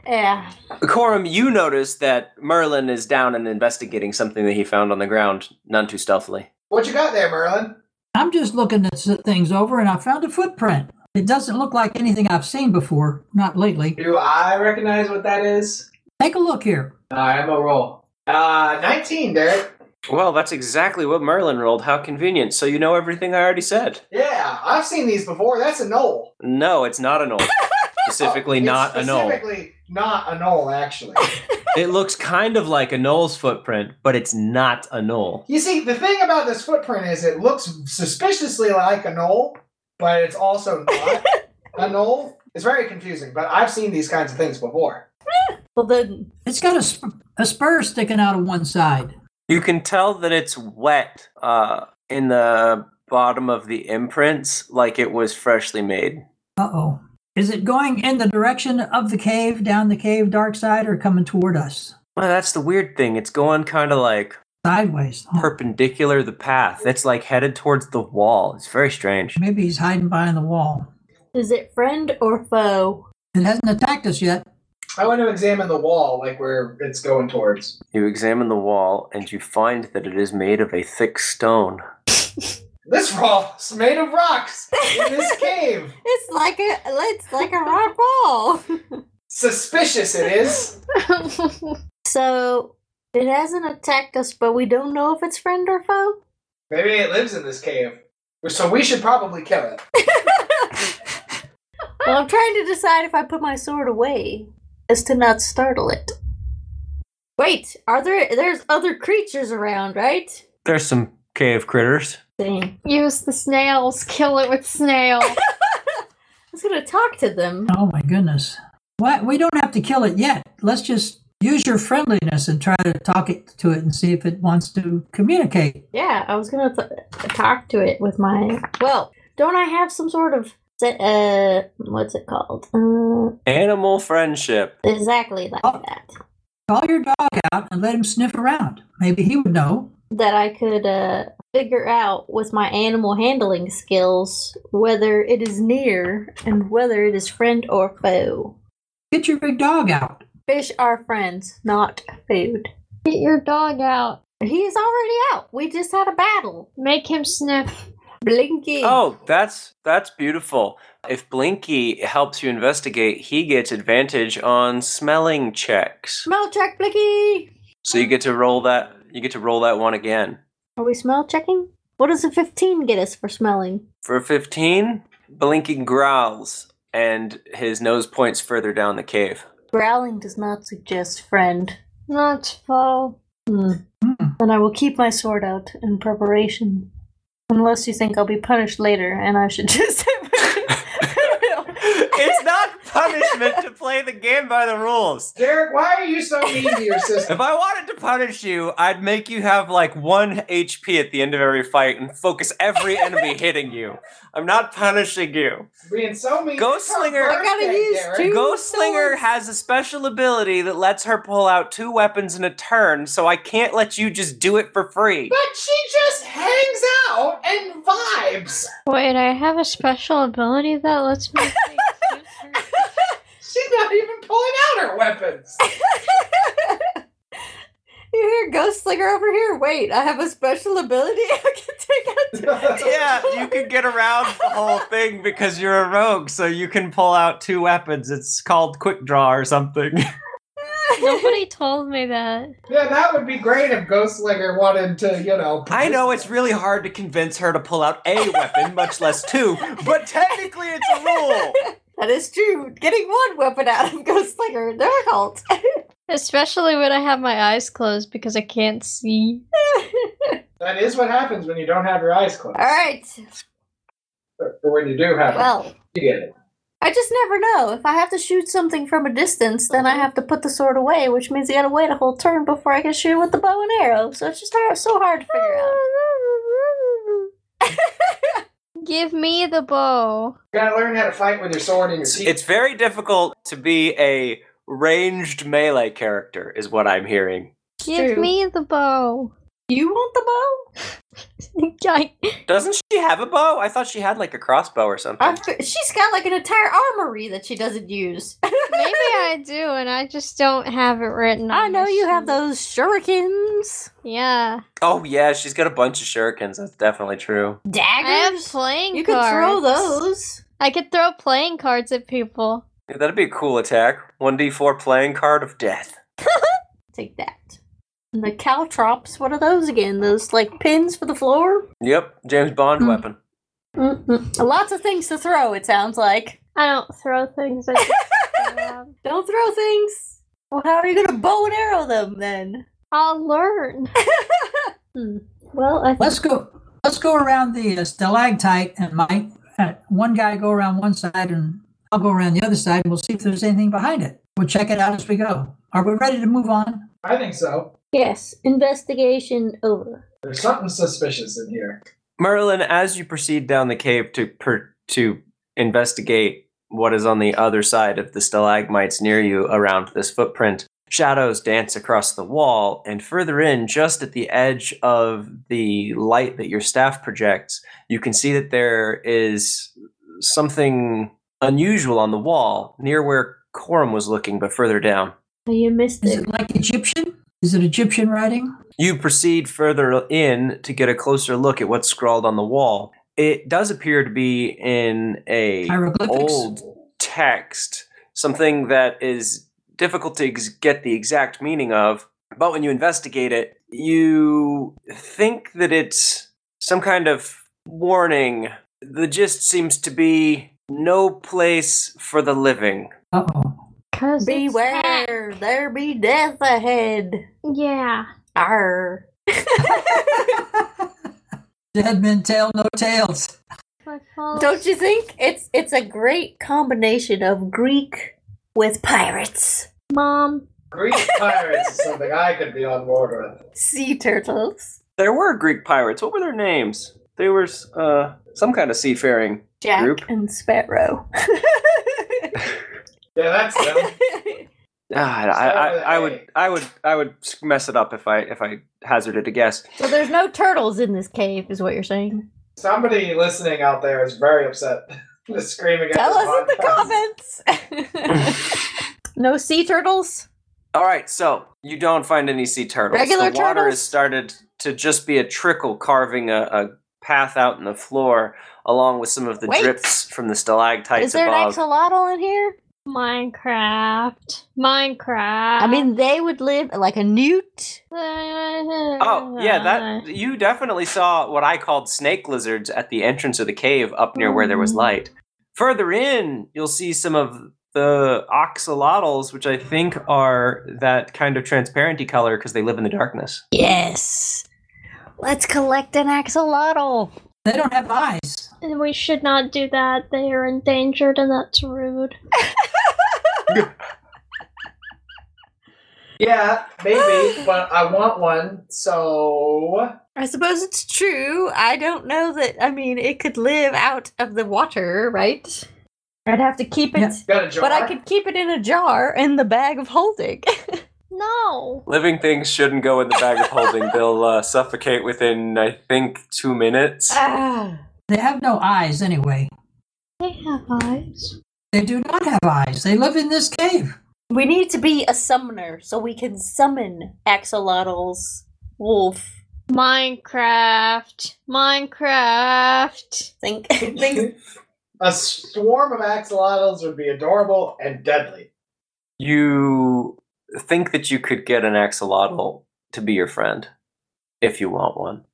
Speaker 3: (laughs)
Speaker 1: Yeah.
Speaker 4: Corum, you notice that Merlin is down and investigating something that he found on the ground, none too stealthily.
Speaker 2: What you got there, Merlin?
Speaker 5: I'm just looking at s- things over, and I found a footprint. It doesn't look like anything I've seen before. Not lately.
Speaker 2: Do I recognize what that is?
Speaker 5: Take a look here.
Speaker 2: All right, I'm gonna roll. Uh, 19, Derek.
Speaker 4: Well, that's exactly what Merlin rolled. How convenient. So you know everything I already said.
Speaker 2: Yeah, I've seen these before. That's a knoll. Oh,
Speaker 4: No, it's not a knoll.
Speaker 2: (laughs)
Speaker 4: Specifically,
Speaker 2: It's
Speaker 4: not a knoll.
Speaker 2: Specifically, not a knoll. Actually,
Speaker 4: It looks kind of like a knoll's footprint, but it's not a knoll.
Speaker 2: you see, the thing about this footprint is it looks suspiciously like a knoll, but it's also
Speaker 4: (laughs)
Speaker 2: not a knoll. It's very confusing. But I've seen these kinds of things before.
Speaker 1: Well then,
Speaker 5: It's got a, sp- a spur sticking out of one side.
Speaker 4: You can tell that it's wet uh, in the bottom of the imprints like it was freshly made.
Speaker 5: Uh oh. Is it going in the direction of the cave, down the cave dark side, or coming toward us?
Speaker 4: Well, that's the weird thing. It's going kind of like
Speaker 5: Sideways. Huh.
Speaker 4: perpendicular to the path. It's like headed towards the wall. It's very strange.
Speaker 5: Maybe he's hiding behind the wall.
Speaker 1: Is it friend or foe?
Speaker 5: It hasn't attacked us yet.
Speaker 2: I want to examine the wall, like where it's going towards.
Speaker 4: You examine the wall and you find that it is made of a thick stone.
Speaker 2: This wall is made of rocks in
Speaker 4: (laughs)
Speaker 2: this cave.
Speaker 1: It's like a it's like a rock wall.
Speaker 2: Suspicious it is.
Speaker 1: (laughs) So it hasn't attacked us, but we don't know if it's friend or foe.
Speaker 2: Maybe it lives in this cave. So we should probably kill it.
Speaker 1: Well, I'm trying to decide if I put my sword away as to not startle it. Wait, are there there's other creatures around, right?
Speaker 4: There's some cave critters.
Speaker 1: Dang.
Speaker 3: Use the snails, kill it
Speaker 1: (laughs)
Speaker 3: with snail.
Speaker 1: I was gonna talk to them.
Speaker 5: Oh my goodness. What? We don't have to kill it yet. Let's just use your friendliness and try to talk it to it and see if it wants to communicate.
Speaker 1: Yeah, I was gonna th- talk to it with my. Well, don't I have some sort of se- uh, what's it called? Uh,
Speaker 4: Animal friendship.
Speaker 1: exactly like
Speaker 5: Oh.
Speaker 1: that.
Speaker 5: Call your dog out and let him sniff around. Maybe he would know.
Speaker 1: That I could uh figure out with my animal handling skills whether it is near and whether it is friend or foe.
Speaker 5: Get your big dog out.
Speaker 1: Fish are friends, not food.
Speaker 3: Get your dog out.
Speaker 1: He's already out. We just had a battle.
Speaker 3: Make him sniff.
Speaker 1: Blinky.
Speaker 4: Oh, that's that's beautiful. If Blinky helps you investigate, he gets advantage on smelling checks.
Speaker 1: Smell check, Blinky.
Speaker 4: So you get to roll that you get to roll that one again.
Speaker 1: Are we smell checking? What does a 15 get us for smelling?
Speaker 4: For 15, Blinky growls and his nose points further down the cave.
Speaker 1: Growling does not suggest friend.
Speaker 3: Not foe.
Speaker 1: Hmm.
Speaker 5: Hmm.
Speaker 1: Then I will keep my sword out in preparation. Unless you think I'll be punished later and I should (laughs) just.
Speaker 4: it's not punishment to play the game by the rules.
Speaker 2: Derek, why are you so mean to your sister?
Speaker 4: (laughs) If I wanted to punish you, I'd make you have like one HP at the end of every fight and focus every (laughs) enemy hitting you. I'm not punishing you.
Speaker 2: Being so mean.
Speaker 4: Ghost
Speaker 2: It's her
Speaker 4: Slinger- I
Speaker 1: gotta
Speaker 2: birthday,
Speaker 1: use
Speaker 2: Derek.
Speaker 1: two-
Speaker 4: Ghost Slinger
Speaker 1: swords.
Speaker 4: has a special ability that lets her pull out two weapons in a turn, so I can't let you just do it for
Speaker 1: (laughs)
Speaker 4: free.
Speaker 2: But she just hangs out and vibes.
Speaker 3: Wait, I have a special ability that lets (laughs) me. think future.
Speaker 2: She's not even pulling out her
Speaker 4: (laughs)
Speaker 2: weapons.
Speaker 1: (laughs)
Speaker 2: (laughs)
Speaker 1: you hear Ghost Slinger over here? Wait, I have a special ability (laughs) I can take out.
Speaker 4: Yeah, you can get around the whole thing because you're a rogue, so you can pull out two weapons. It's called quick draw or something.
Speaker 3: Nobody told me that.
Speaker 2: yeah, that would be great if Ghost Slinger wanted to, you know.
Speaker 4: (laughs) I know it's really hard to convince her to pull out a weapon, much less two, but technically it's a rule.
Speaker 1: (laughs) That is true. Getting one weapon out of Ghost Slinger, difficult.
Speaker 3: Especially when I have my eyes closed because I can't see.
Speaker 2: That is what happens when you don't have your eyes closed.
Speaker 1: All right.
Speaker 2: Or or when you do have them.
Speaker 1: Well,
Speaker 2: You get it.
Speaker 1: I just never know. If I have to shoot something from a distance, then I have to put the sword away, which means you gotta wait a whole turn before I can shoot with the bow and arrow. So it's just hard, so hard to figure out. (laughs)
Speaker 3: Give me the bow.
Speaker 2: You gotta learn how to fight with your sword and your
Speaker 4: It's,
Speaker 2: teeth.
Speaker 4: it's very difficult to be a ranged melee character, is what I'm hearing.
Speaker 3: Give
Speaker 1: True.
Speaker 3: me the bow.
Speaker 1: You want the bow?
Speaker 3: (laughs) I,
Speaker 4: Doesn't she have a bow? I thought she had like a crossbow or something.
Speaker 1: I fi- she's got like an entire armory that she doesn't use. (laughs)
Speaker 3: maybe I do, and I just don't have it written.
Speaker 1: I
Speaker 3: on
Speaker 1: know
Speaker 3: my
Speaker 1: you have
Speaker 3: sheet.
Speaker 1: those shurikens,
Speaker 3: Yeah,
Speaker 4: Oh yeah, she's got a bunch of shurikens. That's definitely true.
Speaker 1: daggers.
Speaker 3: I have playing
Speaker 1: you could
Speaker 3: cards.
Speaker 1: throw those.
Speaker 3: I could throw playing cards at people.
Speaker 4: Yeah, that'd be a cool attack. One d four playing card of death.
Speaker 1: Take that. And the caltrops. What are those again? Those like pins for the floor.
Speaker 4: Yep, James Bond
Speaker 1: Hmm.
Speaker 4: weapon.
Speaker 1: Mm-mm. Lots of things to throw. It sounds like.
Speaker 3: I don't throw things. (laughs) I just grab.
Speaker 1: Don't throw things. Well, how are you gonna bow and arrow them then?
Speaker 3: I'll learn.
Speaker 1: Hmm. Well, I
Speaker 5: Let's go. Let's go around the uh, stalactite and Mike. Uh, one guy go around one side, and I'll go around the other side, and we'll see if there's anything behind it. We'll check it out as we go. Are we ready to move on?
Speaker 2: I think so.
Speaker 1: yes. Investigation over.
Speaker 2: There's something suspicious in here.
Speaker 4: Merlin, as you proceed down the cave to per- to investigate what is on the other side of the stalagmites near you around this footprint, shadows dance across the wall, and further in, just at the edge of the light that your staff projects, you can see that there is something unusual on the wall near where Corum was looking, but further down.
Speaker 1: (laughs) You missed
Speaker 5: Is
Speaker 1: it.
Speaker 5: it like Egyptian? Is it Egyptian writing?
Speaker 4: You proceed further in to get a closer look at what's scrawled on the wall. It does appear to be in a
Speaker 5: Hieroglyphics?
Speaker 4: old text, something that is difficult to ex- get the exact meaning of, but when you investigate it, you think that it's some kind of warning. The gist seems to be no place for the living.
Speaker 5: Uh oh.
Speaker 3: Cause it's that-
Speaker 1: Beware, there be death ahead.
Speaker 3: Yeah.
Speaker 1: Arr.
Speaker 5: (laughs) Dead men tell no tales.
Speaker 3: I follow-
Speaker 1: Don't you think it's it's a great combination of Greek with pirates,
Speaker 3: Mom.
Speaker 1: (laughs)
Speaker 2: Greek pirates is something I could be on board with.
Speaker 1: sea turtles,
Speaker 4: There were Greek pirates. What were their names? They were uh, some kind of seafaring.
Speaker 1: Jack
Speaker 4: Group.
Speaker 1: and Sparrow?
Speaker 2: Yeah, that's them.
Speaker 4: Ah, I, I, I would, I would, I would mess it up if I if I hazarded a guess.
Speaker 1: (laughs) so there's no turtles in this cave, is what you're saying?
Speaker 2: Somebody listening out there is very upset. (laughs) Just screaming at
Speaker 1: Tell
Speaker 2: the
Speaker 1: us in the
Speaker 2: podcast.
Speaker 1: comments. (laughs) no sea turtles.
Speaker 4: All right, so you don't find any sea turtles.
Speaker 1: Regular
Speaker 4: the water
Speaker 1: turtles?
Speaker 4: has started to just be a trickle carving a, a path out in the floor, along with some of the
Speaker 1: Wait.
Speaker 4: drips from the stalactites
Speaker 1: Is there an
Speaker 4: above.
Speaker 1: axolotl in here?
Speaker 3: Minecraft. Minecraft.
Speaker 1: I
Speaker 3: (laughs)
Speaker 1: mean, they would live like a newt.
Speaker 4: Oh yeah,
Speaker 3: Ah.
Speaker 4: that you definitely saw what I called snake lizards at the entrance of the cave up near where there was
Speaker 3: Mm.
Speaker 4: light. Further in, you'll see some of the oxalotls, which I think are that kind of transparency color because they live in the darkness.
Speaker 1: Yes. Let's collect an axolotl.
Speaker 5: They don't have eyes.
Speaker 3: And we should not do that. They are endangered, and that's rude.
Speaker 2: Yeah,
Speaker 1: (laughs)
Speaker 2: maybe, but I want one, so
Speaker 1: I suppose it's true. I don't know that. I mean, it could live out of the water, right? I'd have to keep it,
Speaker 5: Yeah.
Speaker 2: got a jar.
Speaker 1: but I could keep it in a jar in the bag of holding. (laughs)
Speaker 3: No.
Speaker 4: Living things shouldn't go in the bag of (laughs) holding. They'll uh, suffocate within, I think, two minutes.
Speaker 1: ah.
Speaker 5: They have no eyes anyway.
Speaker 3: They have eyes.
Speaker 5: They do not have eyes. They live in this cave.
Speaker 1: We need to be a summoner so we can summon axolotls, wolf,
Speaker 3: Minecraft. Minecraft.
Speaker 1: think (laughs) things.
Speaker 2: (laughs) a swarm of axolotls would be adorable and deadly.
Speaker 4: You think that you could get an axolotl to be your friend if you want one.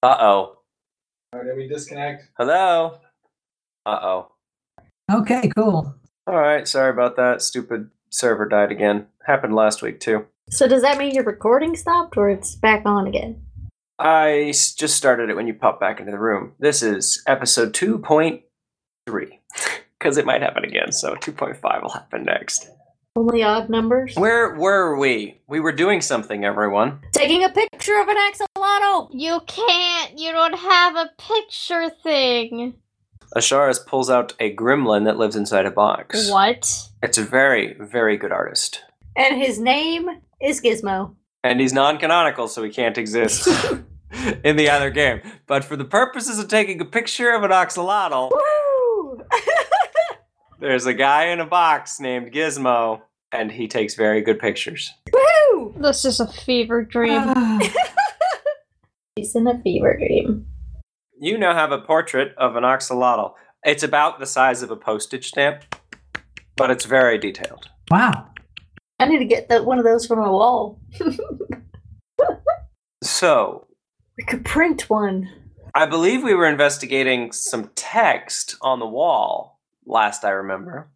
Speaker 4: Uh oh.
Speaker 2: All right, did we disconnect?
Speaker 4: Hello. Uh oh.
Speaker 5: Okay, cool.
Speaker 4: All right. Sorry about that. Stupid server died again. Happened last week too.
Speaker 1: So does that mean your recording stopped or it's back on again?
Speaker 4: I s- just started it when you popped back into the room. This is episode 2.3 because it might happen again. So 2.5 will happen next.
Speaker 1: Only odd numbers.
Speaker 4: Where were we? We were doing something, everyone.
Speaker 1: Taking a picture of an axolotl.
Speaker 3: You can't. You don't have a picture thing.
Speaker 4: Asharis pulls out a gremlin that lives inside a box.
Speaker 3: What?
Speaker 4: It's a very, very good artist.
Speaker 1: And his name is Gizmo.
Speaker 4: And he's non canonical, so he can't exist in the other game. But for the purposes of taking a picture of an oxalotl,
Speaker 1: Woo!
Speaker 4: there's a guy in a box named Gizmo, and he takes very good pictures.
Speaker 1: Woo!
Speaker 3: This is a fever
Speaker 5: Uh,
Speaker 3: dream.
Speaker 1: He's in a fever dream.
Speaker 4: You now have a portrait of an oxalotl. It's about the size of a postage stamp, but it's very detailed.
Speaker 5: wow.
Speaker 1: I need to get the, one of those from my wall.
Speaker 4: So,
Speaker 1: We could print one.
Speaker 4: I believe we were investigating some text on the wall last I remember.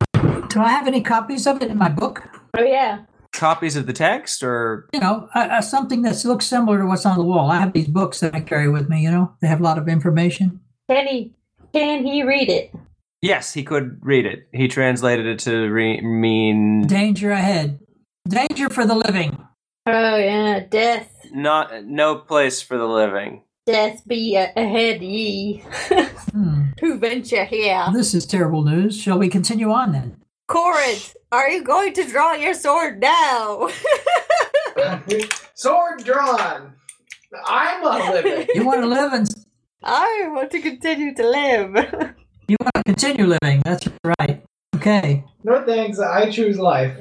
Speaker 5: Do I have any copies of it in my book?
Speaker 1: Oh yeah.
Speaker 4: Copies of the text or
Speaker 5: You know, uh, uh, something that looks similar to what's on the wall. I have these books that I carry with me, you know, they have a lot of information.
Speaker 1: Can he? Can he read it?
Speaker 4: Yes, he could read it. He translated it to re- mean
Speaker 5: Danger ahead. Danger for the living.
Speaker 1: Oh yeah, death.
Speaker 4: not no place for the living.
Speaker 1: Death be a- ahead ye,
Speaker 5: Hmm.
Speaker 1: who venture here.
Speaker 5: This is terrible news. Shall we continue on then?
Speaker 1: Corinth, are you going to draw your sword now? (laughs)
Speaker 2: Sword drawn. I'm a living.
Speaker 5: You want to live and
Speaker 1: I want to continue to live. (laughs)
Speaker 5: you want to continue living. That's right. Okay.
Speaker 2: No thanks. I choose life.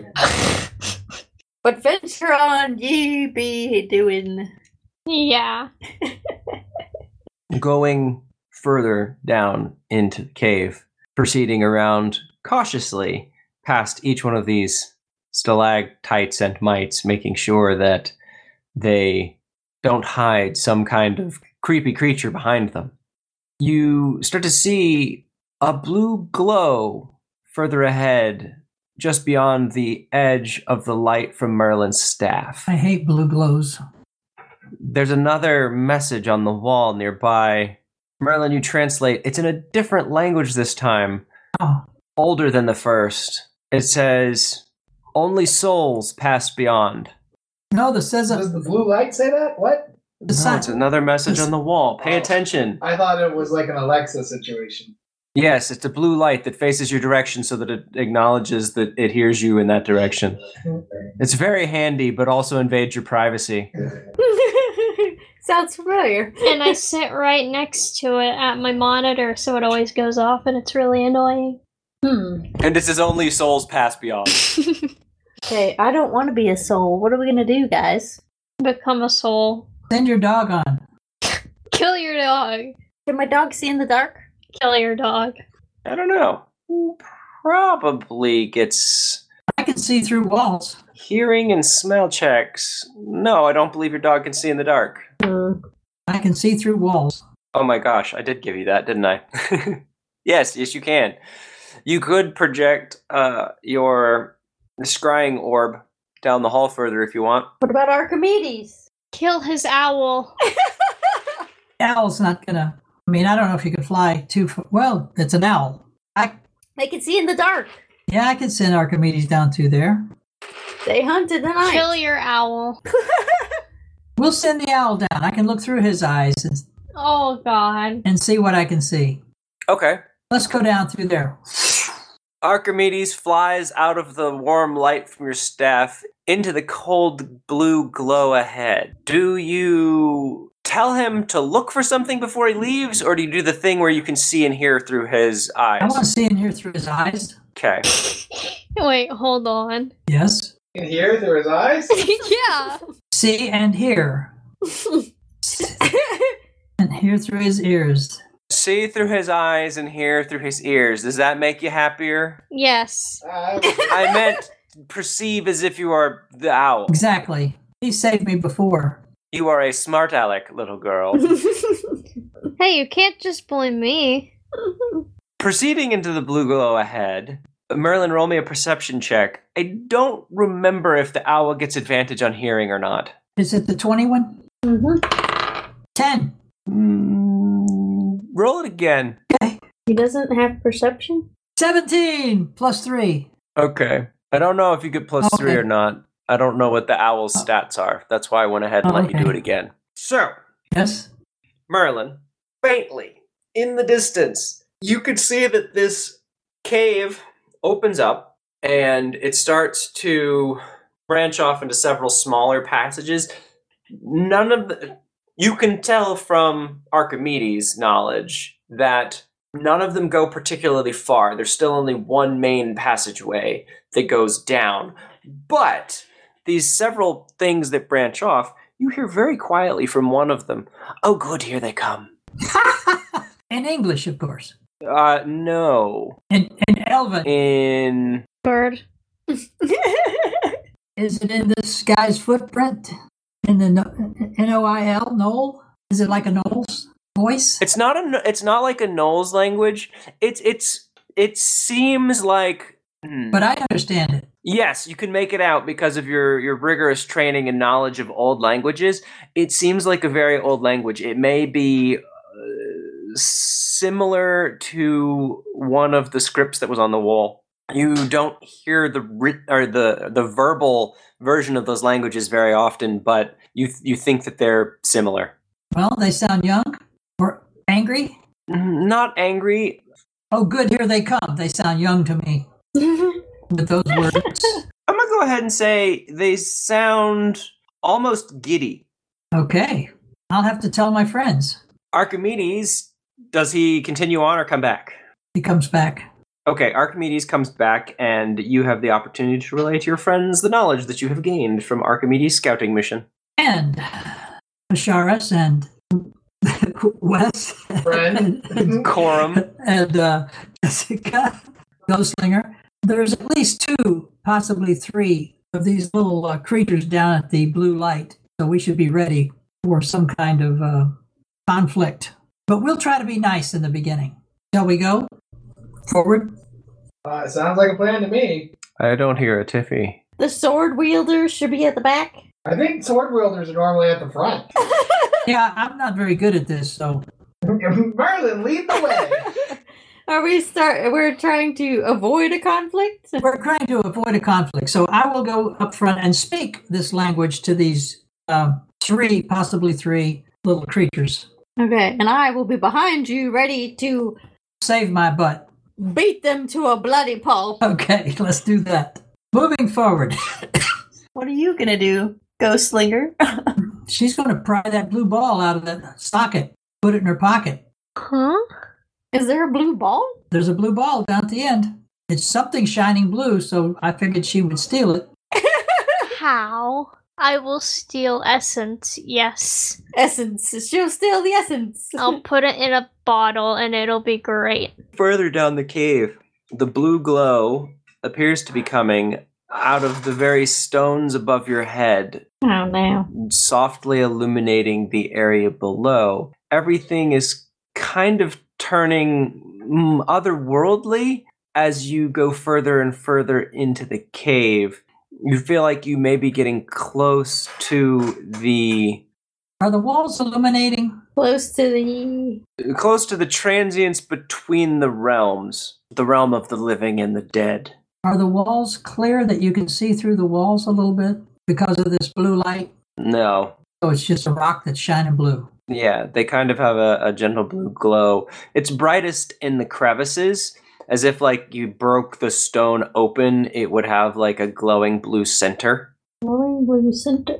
Speaker 1: but venture on, ye be doing. (laughs)
Speaker 3: Yeah.
Speaker 4: Going further down into the cave, proceeding around cautiously past each one of these stalactites and mites, making sure that they don't hide some kind of creepy creature behind them. You start to see a blue glow further ahead, just beyond the edge of the light from Merlin's staff.
Speaker 5: I hate blue glows.
Speaker 4: There's another message on the wall nearby. Merlin, you translate. It's in a different language this time,
Speaker 5: Oh,
Speaker 4: older than the first. It says, Only souls pass beyond.
Speaker 5: no, this
Speaker 2: Does
Speaker 5: isn't.
Speaker 2: the blue light say that? What?
Speaker 5: This
Speaker 4: No, Oh, it's another message on the wall. Pay
Speaker 2: Oh.
Speaker 4: attention.
Speaker 2: I thought it was like an Alexa situation.
Speaker 4: Yes, it's a blue light that faces your direction so that it acknowledges that it hears you in that direction. It's very handy, but also invades your privacy.
Speaker 1: Sounds familiar.
Speaker 3: And I sit right next to it at my monitor, so it always goes off, and it's really annoying.
Speaker 1: Hmm.
Speaker 4: And this is only souls pass beyond.
Speaker 1: Okay, I don't want to be a soul. What are we gonna do, guys?
Speaker 3: Become a soul.
Speaker 5: send your dog on.
Speaker 3: Kill your dog.
Speaker 1: Can my dog see in the dark?
Speaker 3: Kill your dog.
Speaker 4: I don't know. Probably gets
Speaker 5: I can see through walls.
Speaker 4: Hearing and smell checks. No, I don't believe your dog can see in the dark.
Speaker 1: Hmm.
Speaker 5: I can see through walls.
Speaker 4: Oh my gosh, I did give you that, didn't I? (laughs) yes, yes, you can. You could project uh, your scrying orb down the hall further if you want.
Speaker 1: What about Archimedes?
Speaker 3: Kill his owl.
Speaker 5: Owl's not gonna. I mean, I don't know if you can fly too. Far. Well, it's an owl. I
Speaker 1: They can see in the dark.
Speaker 5: yeah, I can send Archimedes down through there.
Speaker 1: They hunt in the night.
Speaker 3: Kill your owl.
Speaker 5: We'll send the owl down. I can look through his eyes and,
Speaker 3: Oh god.
Speaker 5: and see what I can see.
Speaker 4: Okay.
Speaker 5: Let's go down through there.
Speaker 4: Archimedes flies out of the warm light from your staff into the cold blue glow ahead. Do you tell him to look for something before he leaves, or do you do the thing where you can see and hear through his
Speaker 5: I want to
Speaker 4: eyes?
Speaker 5: see in here through his eyes.
Speaker 4: Okay.
Speaker 3: Wait, hold on.
Speaker 5: Yes.
Speaker 2: In here through his eyes?
Speaker 3: yeah.
Speaker 5: See and hear.
Speaker 1: (laughs)
Speaker 5: and hear through his ears.
Speaker 4: see through his eyes and hear through his ears. Does that make you happier?
Speaker 3: Yes.
Speaker 2: I-
Speaker 4: I (laughs) meant perceive as if you are the owl.
Speaker 5: Exactly. He saved me before.
Speaker 4: You are a smart aleck, little
Speaker 5: (laughs)
Speaker 4: girl.
Speaker 3: Hey, you can't just blame me.
Speaker 4: Proceeding into the blue glow ahead, Merlin, roll me a perception check. I don't remember if the owl gets advantage on hearing or not.
Speaker 5: Is it the 21?
Speaker 1: Mhm.
Speaker 5: 10. Hmm.
Speaker 4: Mm, roll it again.
Speaker 1: He doesn't have perception.
Speaker 5: 17 plus 3.
Speaker 4: Okay. I don't know if you get plus three
Speaker 5: Okay. Oh.
Speaker 4: or not. I don't know what the owl's stats are. That's why I went ahead and let you
Speaker 5: Okay.
Speaker 4: do it again. So,
Speaker 5: Yes.
Speaker 4: Merlin, faintly in the distance, you could see that this cave opens up and it starts to branch off into several smaller passages. None of the, you can tell from Archimedes' knowledge that none of them go particularly far. There's still only one main passageway that goes down. But these several things that branch off, you hear very quietly from one of them. Oh, good, here they come.
Speaker 5: (laughs) in English, of course.
Speaker 4: Uh, no.
Speaker 5: In, in Elven.
Speaker 4: In.
Speaker 3: Bird.
Speaker 5: Is it in this guy's footprint? In the no- N O I L? Noel? Is it like a Noel's voice?
Speaker 4: It's not a. It's not like a Knowles language. It's. It's. It seems like. Hmm.
Speaker 5: But I understand it.
Speaker 4: yes, you can make it out because of your your rigorous training and knowledge of old languages. It seems like a very old language. It may be uh, similar to one of the scripts that was on the wall. You don't hear the writ or the the verbal version of those languages very often, but you you think that they're similar.
Speaker 5: Well, they sound young or angry.
Speaker 4: Not angry.
Speaker 5: Oh, good, here they come. They sound young to me with those words.
Speaker 4: I'm gonna go ahead and say they sound almost giddy.
Speaker 5: Okay, I'll have to tell my friends.
Speaker 4: Archimedes, does he continue on or come back?
Speaker 5: He comes back.
Speaker 4: Okay, Archimedes comes back, and you have the opportunity to relay to your friends the knowledge that you have gained from Archimedes' scouting mission.
Speaker 5: And Asharis and (laughs) Wes.
Speaker 2: Friend.
Speaker 5: and,
Speaker 4: Corum.
Speaker 5: and uh, Jessica Ghostlinger. There's at least two, possibly three, of these little uh, creatures down at the blue light. So we should be ready for some kind of uh, conflict. But we'll try to be nice in the beginning. Shall we go forward?
Speaker 2: Uh, sounds like a plan to me.
Speaker 4: I don't hear a Tiffy.
Speaker 1: The sword wielder should be at the back.
Speaker 4: (laughs)
Speaker 2: I think sword wielders are normally at the front.
Speaker 5: Yeah, I'm not very good at this, so
Speaker 2: Merlin, lead the way.
Speaker 1: Are we start? We're trying to avoid a conflict.
Speaker 5: we're trying to avoid a conflict. So I will go up front and speak this language to these um, three, possibly three little creatures.
Speaker 1: Okay, and I will be behind you, ready to
Speaker 5: Save my butt. (laughs)
Speaker 1: beat them to a bloody pulp.
Speaker 5: Okay, let's do that. Moving forward, (laughs)
Speaker 6: What are you gonna do, Ghost Slinger?
Speaker 5: she's going to pry that blue ball out of that socket, put it in her pocket.
Speaker 3: Huh?
Speaker 1: Is there a blue
Speaker 4: (laughs)
Speaker 1: ball?
Speaker 5: There's a blue ball down at the end. It's something shining blue, so I figured she would steal it.
Speaker 3: How? I will steal essence, yes.
Speaker 1: Essence. She'll steal the essence.
Speaker 3: I'll put it in a bottle and it'll be great.
Speaker 4: Further down the cave, the blue glow appears to be coming out of the very stones above your head,
Speaker 1: Oh no.
Speaker 4: softly illuminating the area below. Everything is kind of turning mm, otherworldly as you go further and further into the cave. You feel like you may be getting close to the
Speaker 5: Are the walls illuminating?
Speaker 1: Close to the.
Speaker 4: close to the transience between the realms, the realm of the living and the dead.
Speaker 5: Are the walls clear that you can see through the walls a little bit because of this blue light?
Speaker 4: No.
Speaker 5: So it's just a rock that's shining blue.
Speaker 4: Yeah, they kind of have a, a gentle blue glow. It's brightest in the crevices, as if like you broke the stone open, it would have like a glowing blue center.
Speaker 1: Glowing blue center.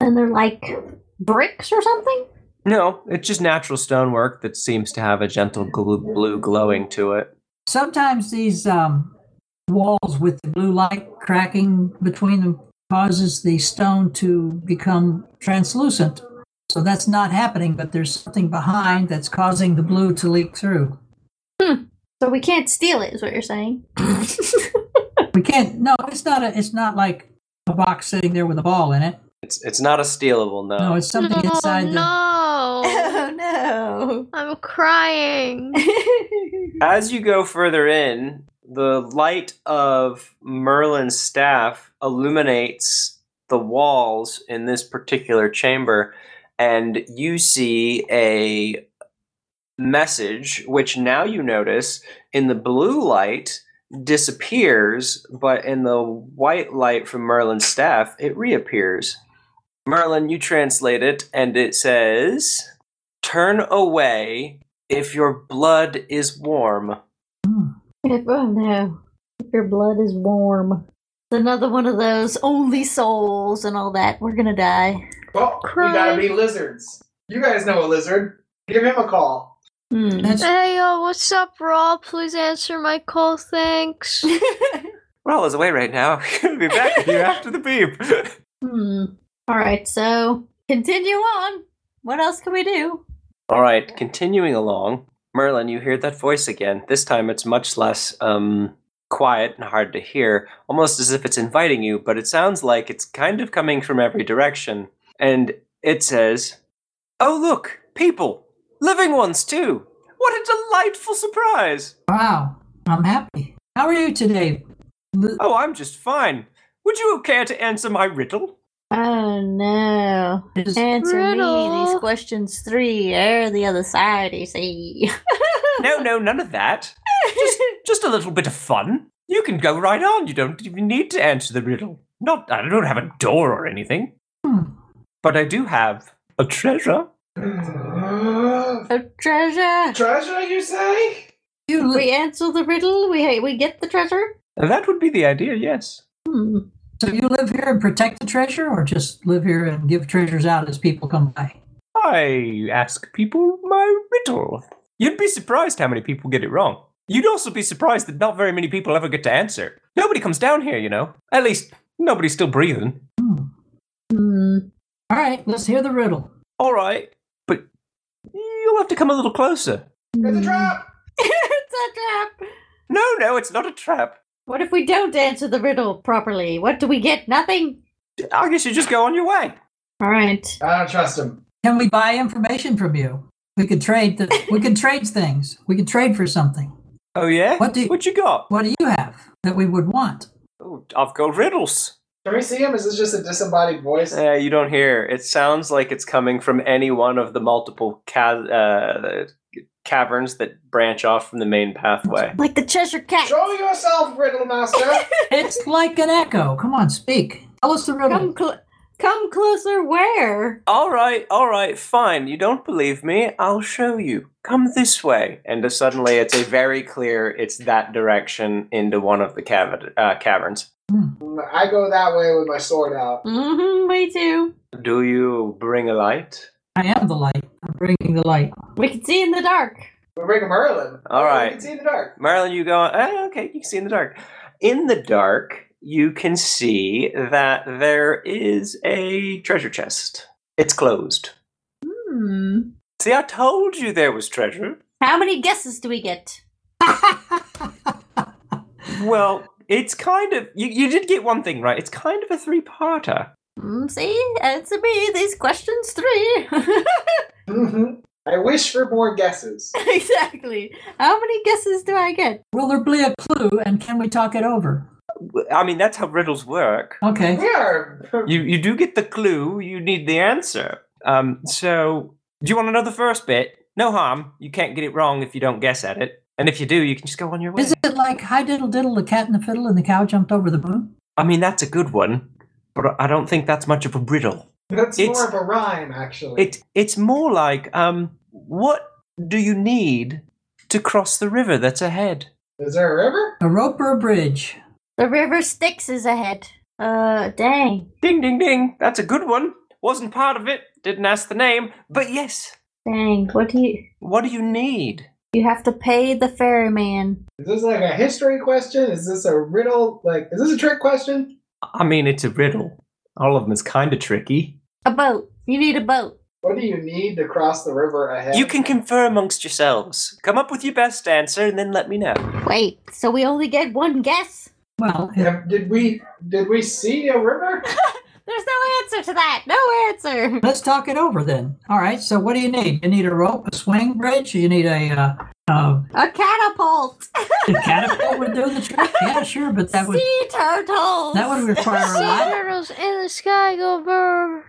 Speaker 1: And they're like bricks or something?
Speaker 4: No, it's just natural stonework that seems to have a gentle glu- blue glowing to it.
Speaker 5: sometimes these um, walls with the blue light cracking between them causes the stone to become translucent. So that's not happening, but there's something behind that's causing the blue to leak through.
Speaker 1: So we can't steal it, is what you're saying. Oh,
Speaker 5: We can't. No, it's not a. It's not like a box sitting there with a ball in it.
Speaker 4: It's it's not a stealable, no.
Speaker 5: No, it's something
Speaker 3: no,
Speaker 5: inside the.
Speaker 3: Oh, no.
Speaker 1: (laughs) no. (laughs)
Speaker 3: I'm crying.
Speaker 4: As you go further in, the light of Merlin's staff illuminates the walls in this particular chamber, and you see a message, which now you notice in the blue light disappears, but in the white light from Merlin's staff, it reappears. Merlin, you translate it, and it says, Turn away if your blood is warm.
Speaker 5: Hmm.
Speaker 1: If, oh no. If your blood is warm. It's another one of those only souls and all that. We're gonna die.
Speaker 2: Well, we gotta be lizards. You guys know a lizard. Give him a call.
Speaker 5: (laughs)
Speaker 1: Hmm.
Speaker 5: That's
Speaker 3: hey, yo, what's up, Raw? Please answer my
Speaker 1: (laughs)
Speaker 3: call, thanks.
Speaker 4: Well, is away right now. (laughs) He'll be back with you after the beep. (laughs)
Speaker 1: Hmm. All right, so continue on. What else can we do?
Speaker 4: All right, continuing along, Merlin, you hear that voice again. This time, it's much less um, quiet and hard to hear, almost as if it's inviting you. But it sounds like it's kind of coming from every direction, and it says, "Oh look, people, living ones too. What a delightful surprise!
Speaker 5: wow. I'm happy. How are you today? Lu-
Speaker 4: Oh, I'm just fine. Would you care to answer my riddle?"
Speaker 1: Oh no.
Speaker 5: is-
Speaker 1: Answer me
Speaker 3: Riddle.
Speaker 1: these questions three or the other side, you see.
Speaker 4: No, no, none of that. Just, just a little bit of fun. You can go right on. You don't even need to answer the riddle. Not, I don't have a door or anything,
Speaker 5: hmm.
Speaker 4: but I do have a treasure.
Speaker 1: Oh, treasure!
Speaker 2: Treasure, you say?
Speaker 5: You li-
Speaker 1: We answer the riddle. We we get the treasure.
Speaker 4: That would be the idea, yes.
Speaker 1: Hmm.
Speaker 5: so you live here and protect the treasure, or just live here and give treasures out as people come by?
Speaker 4: I ask people my riddle. You'd be surprised how many people get it wrong. You'd also be surprised that not very many people ever get to answer. Nobody comes down here, you know. At least, nobody's still breathing.
Speaker 5: Hmm.
Speaker 1: Hmm.
Speaker 5: All right, let's hear the riddle.
Speaker 4: All right, but you'll have to come a little closer.
Speaker 2: It's a trap.
Speaker 1: hmm. (laughs) it's a trap.
Speaker 4: No, no, it's not a trap.
Speaker 1: What if we don't answer the riddle properly? What do we get? Nothing.
Speaker 4: I guess you just go on your way.
Speaker 1: All right.
Speaker 2: I don't trust him.
Speaker 5: Can we buy information from you? We could trade. The, we could trade things. We could trade for something.
Speaker 4: Oh, yeah?
Speaker 5: What do you-
Speaker 4: what you got?
Speaker 5: What do you have that we would want?
Speaker 4: Oh, I've got riddles.
Speaker 2: Can we see him? Is this just a disembodied voice?
Speaker 4: Uh, you don't hear. It sounds like it's coming from any one of the multiple ca- uh, caverns that branch off from the main pathway.
Speaker 1: Like the Cheshire Cat.
Speaker 2: Show yourself, Riddle Master. (laughs)
Speaker 5: It's like an echo. Come on, speak. Tell us the riddle.
Speaker 1: Come cl- come closer. Where?
Speaker 4: All right, all right, fine. You don't believe me? I'll show you. Come this way. And uh, suddenly it's a very clear, it's that direction into one of the cav- uh, caverns.
Speaker 2: I go that way with my sword out.
Speaker 1: Mm-hmm. Me too.
Speaker 4: Do you bring a light?
Speaker 5: I am the light. I'm bringing the light.
Speaker 1: We can see in the dark.
Speaker 2: We bring a Merlin.
Speaker 4: All right.
Speaker 2: You can see in the dark.
Speaker 4: Marilyn, you go, ah, okay, you can see in the dark. In the dark, you can see that there is a treasure chest. It's closed.
Speaker 1: Hmm.
Speaker 4: See, I told you there was treasure.
Speaker 1: How many guesses do we get?
Speaker 4: Well, it's kind of, you, you did get one thing right. It's kind of a three parter.
Speaker 1: Mm, see, answer me these questions three. (laughs)
Speaker 2: Mm-hmm. I wish for more guesses.
Speaker 1: exactly. How many guesses do I get?
Speaker 5: Will there be a clue? And can we talk it over?
Speaker 4: I mean, that's how riddles work.
Speaker 5: Okay.
Speaker 2: We are.
Speaker 4: You, you do get the clue, you need the answer. Um, so, do you want to know the first bit? No harm. You can't get it wrong if you don't guess at it. And if you do, you can just go on your way.
Speaker 5: Is it like "Hi diddle diddle, the cat and the fiddle, and the cow jumped over the moon"?
Speaker 4: I mean, that's a good one, but I don't think that's much of a riddle.
Speaker 2: (laughs) That's
Speaker 4: It's-
Speaker 2: more of a rhyme, actually.
Speaker 4: It it's more like, um, what do you need to cross the river that's ahead?
Speaker 2: Is there a river?
Speaker 5: A rope or a bridge?
Speaker 1: The river Styx is ahead. Uh, dang.
Speaker 4: Ding ding ding. That's a good one. Wasn't part of it. Didn't ask the name, but yes.
Speaker 1: Dang. What do you.
Speaker 4: What do you need?
Speaker 1: You have to pay the ferryman.
Speaker 2: Is this like a history question? Is this a riddle? Like, is this a trick question?
Speaker 4: I mean, it's a riddle. All of them is kind of tricky.
Speaker 1: A boat. You need a boat.
Speaker 2: What do you need to cross the river ahead?
Speaker 4: You can confer amongst yourselves. Come up with your best answer and then let me know.
Speaker 1: Wait, so we only get one guess?
Speaker 5: Well, it-
Speaker 2: Have- Did we did we see a river?
Speaker 1: There's no answer to that. No answer.
Speaker 5: let's talk it over then. All right. So, what do you need? You need a rope, a swing bridge. You need a, uh, uh,
Speaker 1: A catapult.
Speaker 5: a catapult would do the trick. Yeah, sure, but that would
Speaker 1: sea turtles.
Speaker 5: that would require
Speaker 1: (laughs)
Speaker 5: a lot.
Speaker 3: Turtles in the sky go brrr.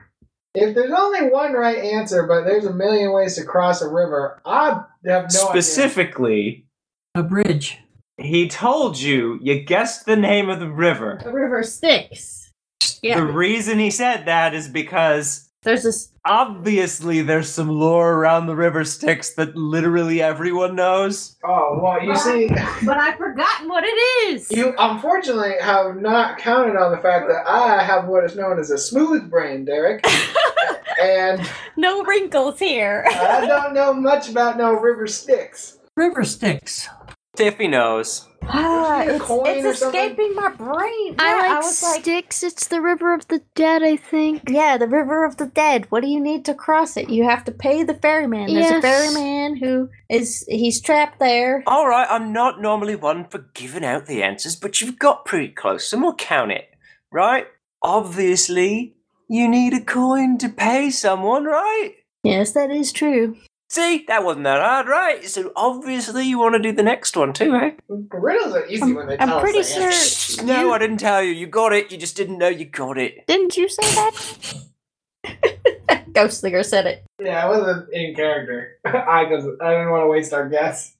Speaker 2: If there's only one right answer, but there's a million ways to cross a river, I have no
Speaker 4: Specifically,
Speaker 5: A bridge.
Speaker 4: he told you you guessed the name of the river.
Speaker 1: The river Styx.
Speaker 4: The
Speaker 1: Yeah.
Speaker 4: reason he said that is because
Speaker 1: There's this.
Speaker 4: obviously there's some lore around the River Styx that literally everyone knows.
Speaker 2: idea. Oh well, you see,
Speaker 1: But I've forgotten what it is.
Speaker 2: you unfortunately have not counted on the fact that I have what is known as a smooth brain,
Speaker 4: (laughs)
Speaker 2: Derek, and
Speaker 1: No wrinkles here.
Speaker 2: I don't know much about no river sticks.
Speaker 5: River Styx.
Speaker 4: Tiffy knows.
Speaker 1: Ah,
Speaker 2: Did you see a
Speaker 1: it's,
Speaker 2: coin
Speaker 1: it's
Speaker 2: or something?
Speaker 1: escaping my brain.
Speaker 3: I
Speaker 1: Yeah,
Speaker 3: like
Speaker 1: was like,
Speaker 3: sticks. It's the river of the dead, I think.
Speaker 1: yeah, the river of the dead. What do you need to cross it? You have to pay the ferryman. There's a
Speaker 3: Yes.
Speaker 1: ferryman who is he's trapped there.
Speaker 4: All right, I'm not normally one for giving out the answers, but you've got pretty close, so we'll count it, right? Obviously, you need a coin to pay someone, right?
Speaker 1: Yes, that is true.
Speaker 4: See, that wasn't that hard, right? So obviously, you want to do the next one too, eh?
Speaker 2: Riddles are easy when they
Speaker 1: I'm
Speaker 2: tell us.
Speaker 1: pretty
Speaker 2: the
Speaker 1: sure-
Speaker 2: answer.
Speaker 4: No,
Speaker 1: You-
Speaker 4: I didn't tell you. You got it. You just didn't know you got it.
Speaker 3: Didn't you say
Speaker 1: (laughs)
Speaker 3: that?
Speaker 1: Ghostlinger said it.
Speaker 2: Yeah, I wasn't in character. (laughs) I because I didn't want to waste our guess.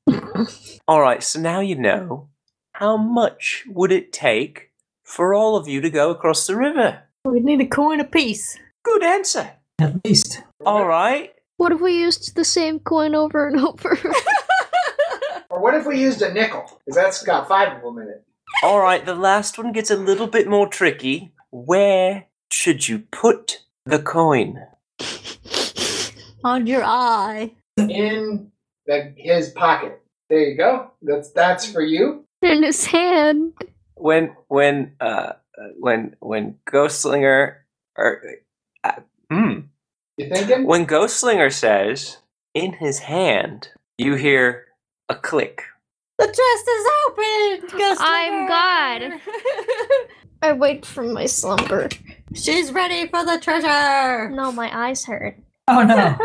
Speaker 4: All right, so now you know how much would it take for all of you to go across the river?
Speaker 1: We need a coin apiece.
Speaker 4: Good answer.
Speaker 5: At least.
Speaker 4: All right,
Speaker 3: What if we used the same coin over and (laughs) over?
Speaker 2: Or what if we used a nickel? Because that's got five of them in it.
Speaker 4: All right, the last one gets a little bit more tricky. Where should you put the coin?
Speaker 1: on your eye.
Speaker 2: In the, his pocket. There you go. That's that's for you.
Speaker 3: In his hand.
Speaker 4: When when uh uh, when when Ghostlinger or uh, hmm,
Speaker 2: You thinking?
Speaker 4: when Ghostlinger says in his hand, you hear a click.
Speaker 1: The chest is open. Ghost
Speaker 3: I'm
Speaker 1: Rider.
Speaker 3: I wake from my slumber.
Speaker 1: (laughs) She's ready for the treasure. (laughs)
Speaker 3: No, my eyes hurt.
Speaker 5: Oh no.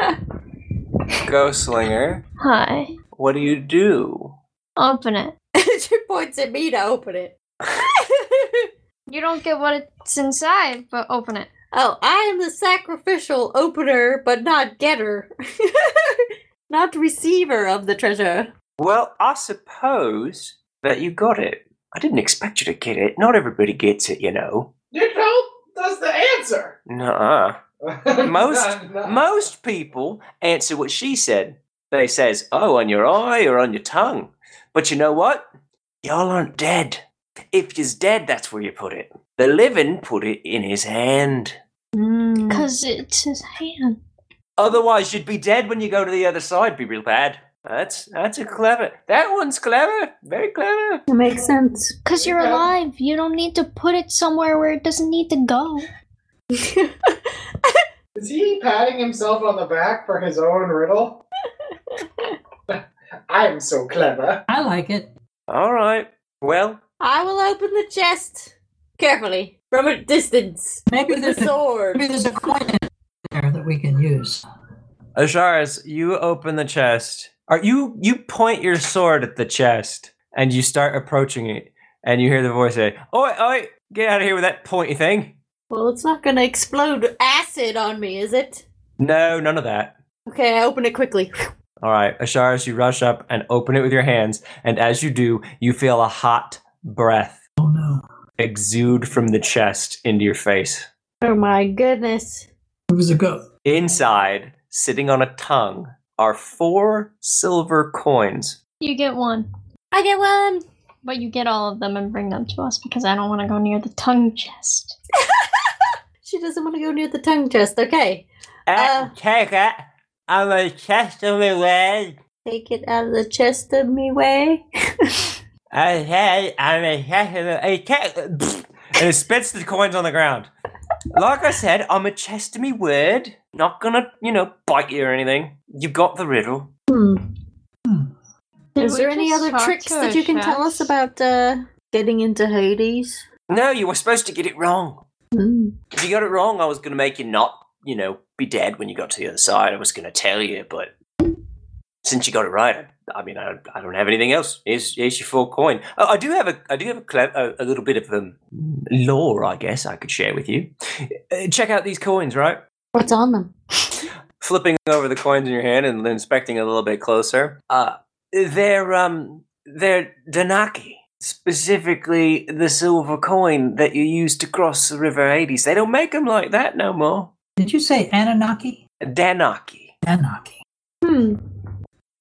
Speaker 4: Ghostlinger,
Speaker 3: Hi.
Speaker 4: what do you do?
Speaker 3: Open it.
Speaker 1: she points at me to open it. (laughs)
Speaker 3: You don't get what it's inside, but open it.
Speaker 1: oh, I am the sacrificial opener, but not getter, (laughs) not receiver of the treasure.
Speaker 4: Well, I suppose that you got it. I didn't expect you to get it. Not everybody gets it, you know.
Speaker 2: You know, that's the answer. (laughs)
Speaker 4: Nuh-uh. Most-
Speaker 2: No, no.
Speaker 4: Most people answer what she said. They says, "Oh, on your eye or on your tongue." But you know what? Y'all aren't dead. If you's dead, that's where you put it. The living put it in his hand.
Speaker 3: Because it's his hand.
Speaker 4: Otherwise, you'd be dead when you go to the other side. Be real bad. That's that's a clever. That one's clever. Very clever.
Speaker 1: It makes sense.
Speaker 3: Because you're
Speaker 2: Yeah.
Speaker 3: alive. You don't need to put it somewhere where it doesn't need to go.
Speaker 2: Is he patting himself on the back for his own riddle? (laughs) I'm so clever.
Speaker 5: I like it.
Speaker 4: All right. Well,
Speaker 1: (laughs) I will open the chest carefully from a distance
Speaker 5: Maybe
Speaker 1: with the
Speaker 5: there's a, (laughs)
Speaker 1: sword.
Speaker 5: maybe there's a coin in there that we can use.
Speaker 7: Asharis, you open the chest. Or you you point your sword at the chest and you start approaching it, and you hear the voice say, "Oi, oi, get out of here with that pointy thing!"
Speaker 1: Well, it's not gonna explode acid on me, is it?
Speaker 7: No, none of that.
Speaker 1: Okay, I open it quickly.
Speaker 7: All right, Asharis, you rush up and open it with your hands, and as you do, you feel a hot breath
Speaker 5: Oh no.
Speaker 7: exude from the chest into your face.
Speaker 1: Oh my goodness.
Speaker 5: It was a go.
Speaker 7: Inside, sitting on a tongue, are four silver coins.
Speaker 3: You get one.
Speaker 1: I get one.
Speaker 3: But you get all of them and bring them to us because I don't want to go near the tongue chest.
Speaker 1: She doesn't want to go near the tongue chest. Okay.
Speaker 7: Uh, take it. I'm a chest of my leg.
Speaker 1: Take it out of the chest of me way. (laughs)
Speaker 7: I had I'm a chest of a cat. And it spits the coins on the ground.
Speaker 4: like I said, I'm a chest of me word. Not gonna, you know, bite you or anything. You got the riddle.
Speaker 1: Hmm.
Speaker 3: Did
Speaker 1: Is
Speaker 3: we
Speaker 1: there any
Speaker 3: just
Speaker 1: other
Speaker 3: talk
Speaker 1: tricks
Speaker 3: to
Speaker 1: that you can tell us
Speaker 3: Asharis?
Speaker 1: about uh, getting into Hades?
Speaker 4: No, you were supposed to get it wrong.
Speaker 1: Hmm.
Speaker 4: If you got it wrong, I was going to make you not, you know, be dead when you got to the other side. I was going to tell you, but since you got it right, I, I mean, I, I don't have anything else. Here's, here's your full coin. Oh, I do have a, I do have a, cle- a, a little bit of um, lore, I guess, I could share with you. Uh, check out these coins, right?
Speaker 1: What's on them?
Speaker 4: flipping over the coins in your hand and inspecting a little bit closer. Uh, they're um, they're Danaki, specifically the silver coin that you used to cross the River Hades. They don't make them like that no more.
Speaker 5: Did you say Anunnaki?
Speaker 4: Danaki.
Speaker 5: Anunnaki.
Speaker 1: Hmm.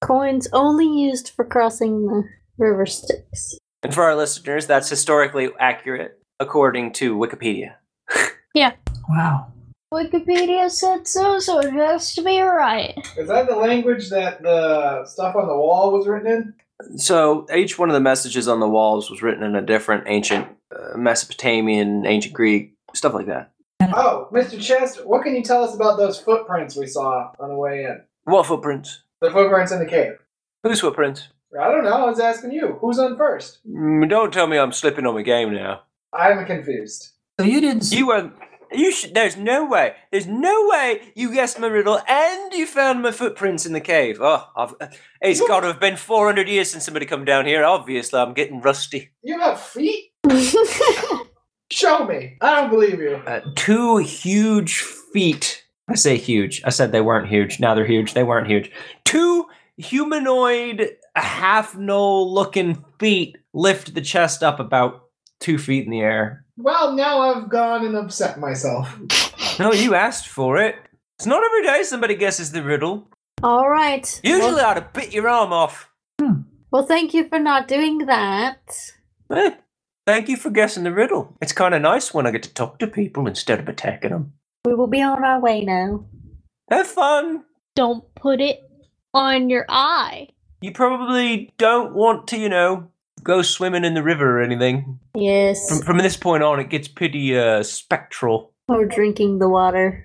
Speaker 1: Coins only used for crossing the river Styx. (laughs)
Speaker 4: And for our listeners, that's historically accurate according to Wikipedia.
Speaker 5: Wow.
Speaker 3: Wikipedia said so, so it has to be right.
Speaker 2: Is that the language that the stuff on the wall was written in?
Speaker 4: So each one of the messages on the walls was written in a different ancient uh, Mesopotamian, ancient Greek, stuff like that.
Speaker 2: Oh, Mr. Chest, what can you tell us about those footprints we saw on the way in?
Speaker 4: What footprints?
Speaker 2: The footprints in the cave.
Speaker 4: Whose footprints?
Speaker 2: I don't know. I was asking you. Who's on first?
Speaker 4: Mm, Don't tell me I'm slipping on my game now.
Speaker 2: I'm confused.
Speaker 5: So you didn't see
Speaker 4: You were. You should. There's no way. There's no way you guessed my riddle and you found my footprints in the cave. Oh, I've, it's got to have been 400 years since somebody come down here. Obviously, I'm getting rusty.
Speaker 2: You have feet? Show me. I don't believe you.
Speaker 7: Uh, two huge feet. I say huge. I said they weren't huge. Now they're huge. They weren't huge. Two humanoid, half null looking feet lift the chest up about two feet in the air.
Speaker 2: Well, now I've gone and upset myself.
Speaker 7: No, you asked for it.
Speaker 4: It's not every day somebody guesses the riddle.
Speaker 1: All right.
Speaker 4: Usually
Speaker 1: Well,
Speaker 4: I'd have bit your arm off.
Speaker 1: well, thank you for not doing that.
Speaker 4: Eh, thank you for guessing the riddle. It's kind of nice when I get to talk to people instead of attacking them.
Speaker 1: We will be on our way now.
Speaker 4: Have fun.
Speaker 3: Don't put it on your eye.
Speaker 4: You probably don't want to, you know, go swimming in the river or anything.
Speaker 1: Yes.
Speaker 4: From, from this point on, it gets pretty uh, spectral.
Speaker 1: We're drinking the water.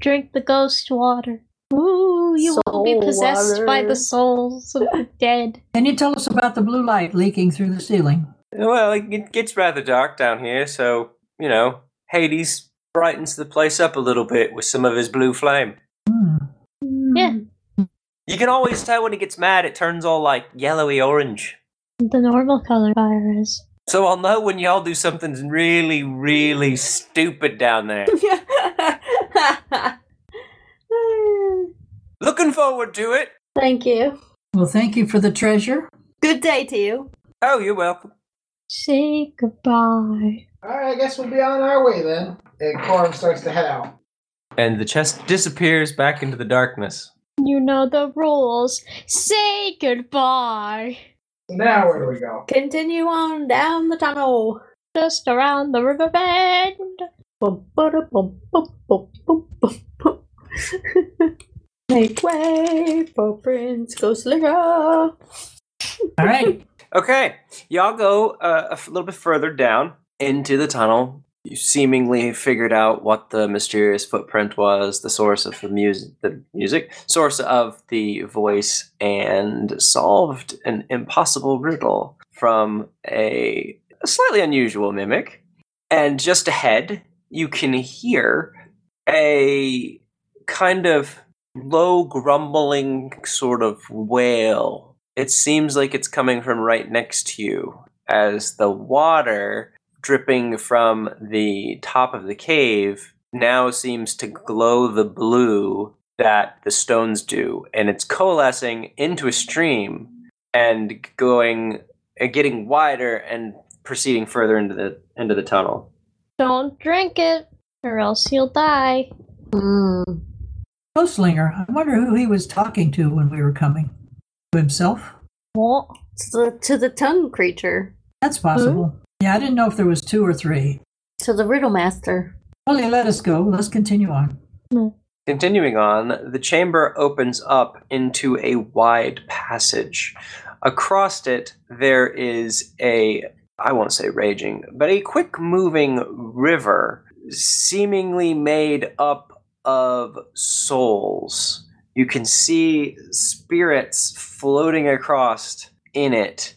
Speaker 3: Drink the ghost water. Ooh, you will be
Speaker 1: Soul
Speaker 3: possessed by
Speaker 1: water.
Speaker 3: the souls of the dead.
Speaker 5: Can you tell us about the blue light leaking through the ceiling?
Speaker 4: Well, it it gets rather dark down here, so, you know, Hades brightens the place up a little bit with some of his blue flame.
Speaker 5: Hmm.
Speaker 3: Yeah.
Speaker 4: You can always tell when he gets mad, it turns all like yellowy orange.
Speaker 3: The normal color fire is.
Speaker 4: So I'll know when y'all do something really, really stupid down there. Looking forward to it.
Speaker 1: (laughs) Thank you.
Speaker 5: Well, thank you for the treasure.
Speaker 8: Good day to you.
Speaker 4: Oh, you're welcome.
Speaker 3: Say goodbye.
Speaker 2: All right, I guess we'll be on our way then. And Corum starts to head out.
Speaker 4: And the chest disappears back into the darkness.
Speaker 3: You know the rules. Say goodbye.
Speaker 2: So now where do we go?
Speaker 1: Continue on down the tunnel.
Speaker 3: Just around the river bend.
Speaker 1: Bum, ba-da, bum, bum, bum, bum, bum, bum. (laughs) Make way for Prince Ghostlinger.
Speaker 5: All right.
Speaker 4: Okay, y'all go uh, a f- little bit further down into the tunnel. You seemingly figured out what the mysterious footprint was, the source of the music, the music source of the voice, and solved an impossible riddle from a slightly unusual mimic. And just ahead, you can hear a kind of low grumbling sort of wail. It seems like it's coming from right next to you as the water dripping from the top of the cave now seems to glow the blue that the stones do and it's coalescing into a stream and going uh, getting wider and proceeding further into the into the tunnel.
Speaker 3: Don't drink it, or else you'll die.
Speaker 1: Mm.
Speaker 5: Postlinger, I wonder who he was talking to when we were coming. To himself?
Speaker 3: What?
Speaker 1: To, the, to the tongue creature.
Speaker 5: That's possible. Yeah, I didn't know if there was two or three.
Speaker 1: To the riddle master.
Speaker 5: Well, they let us go. Let's continue on.
Speaker 4: Continuing on, the chamber opens up into a wide passage. Across it, there is a, I won't say raging, but a quick moving river, seemingly made up of souls. You can see spirits floating across in it,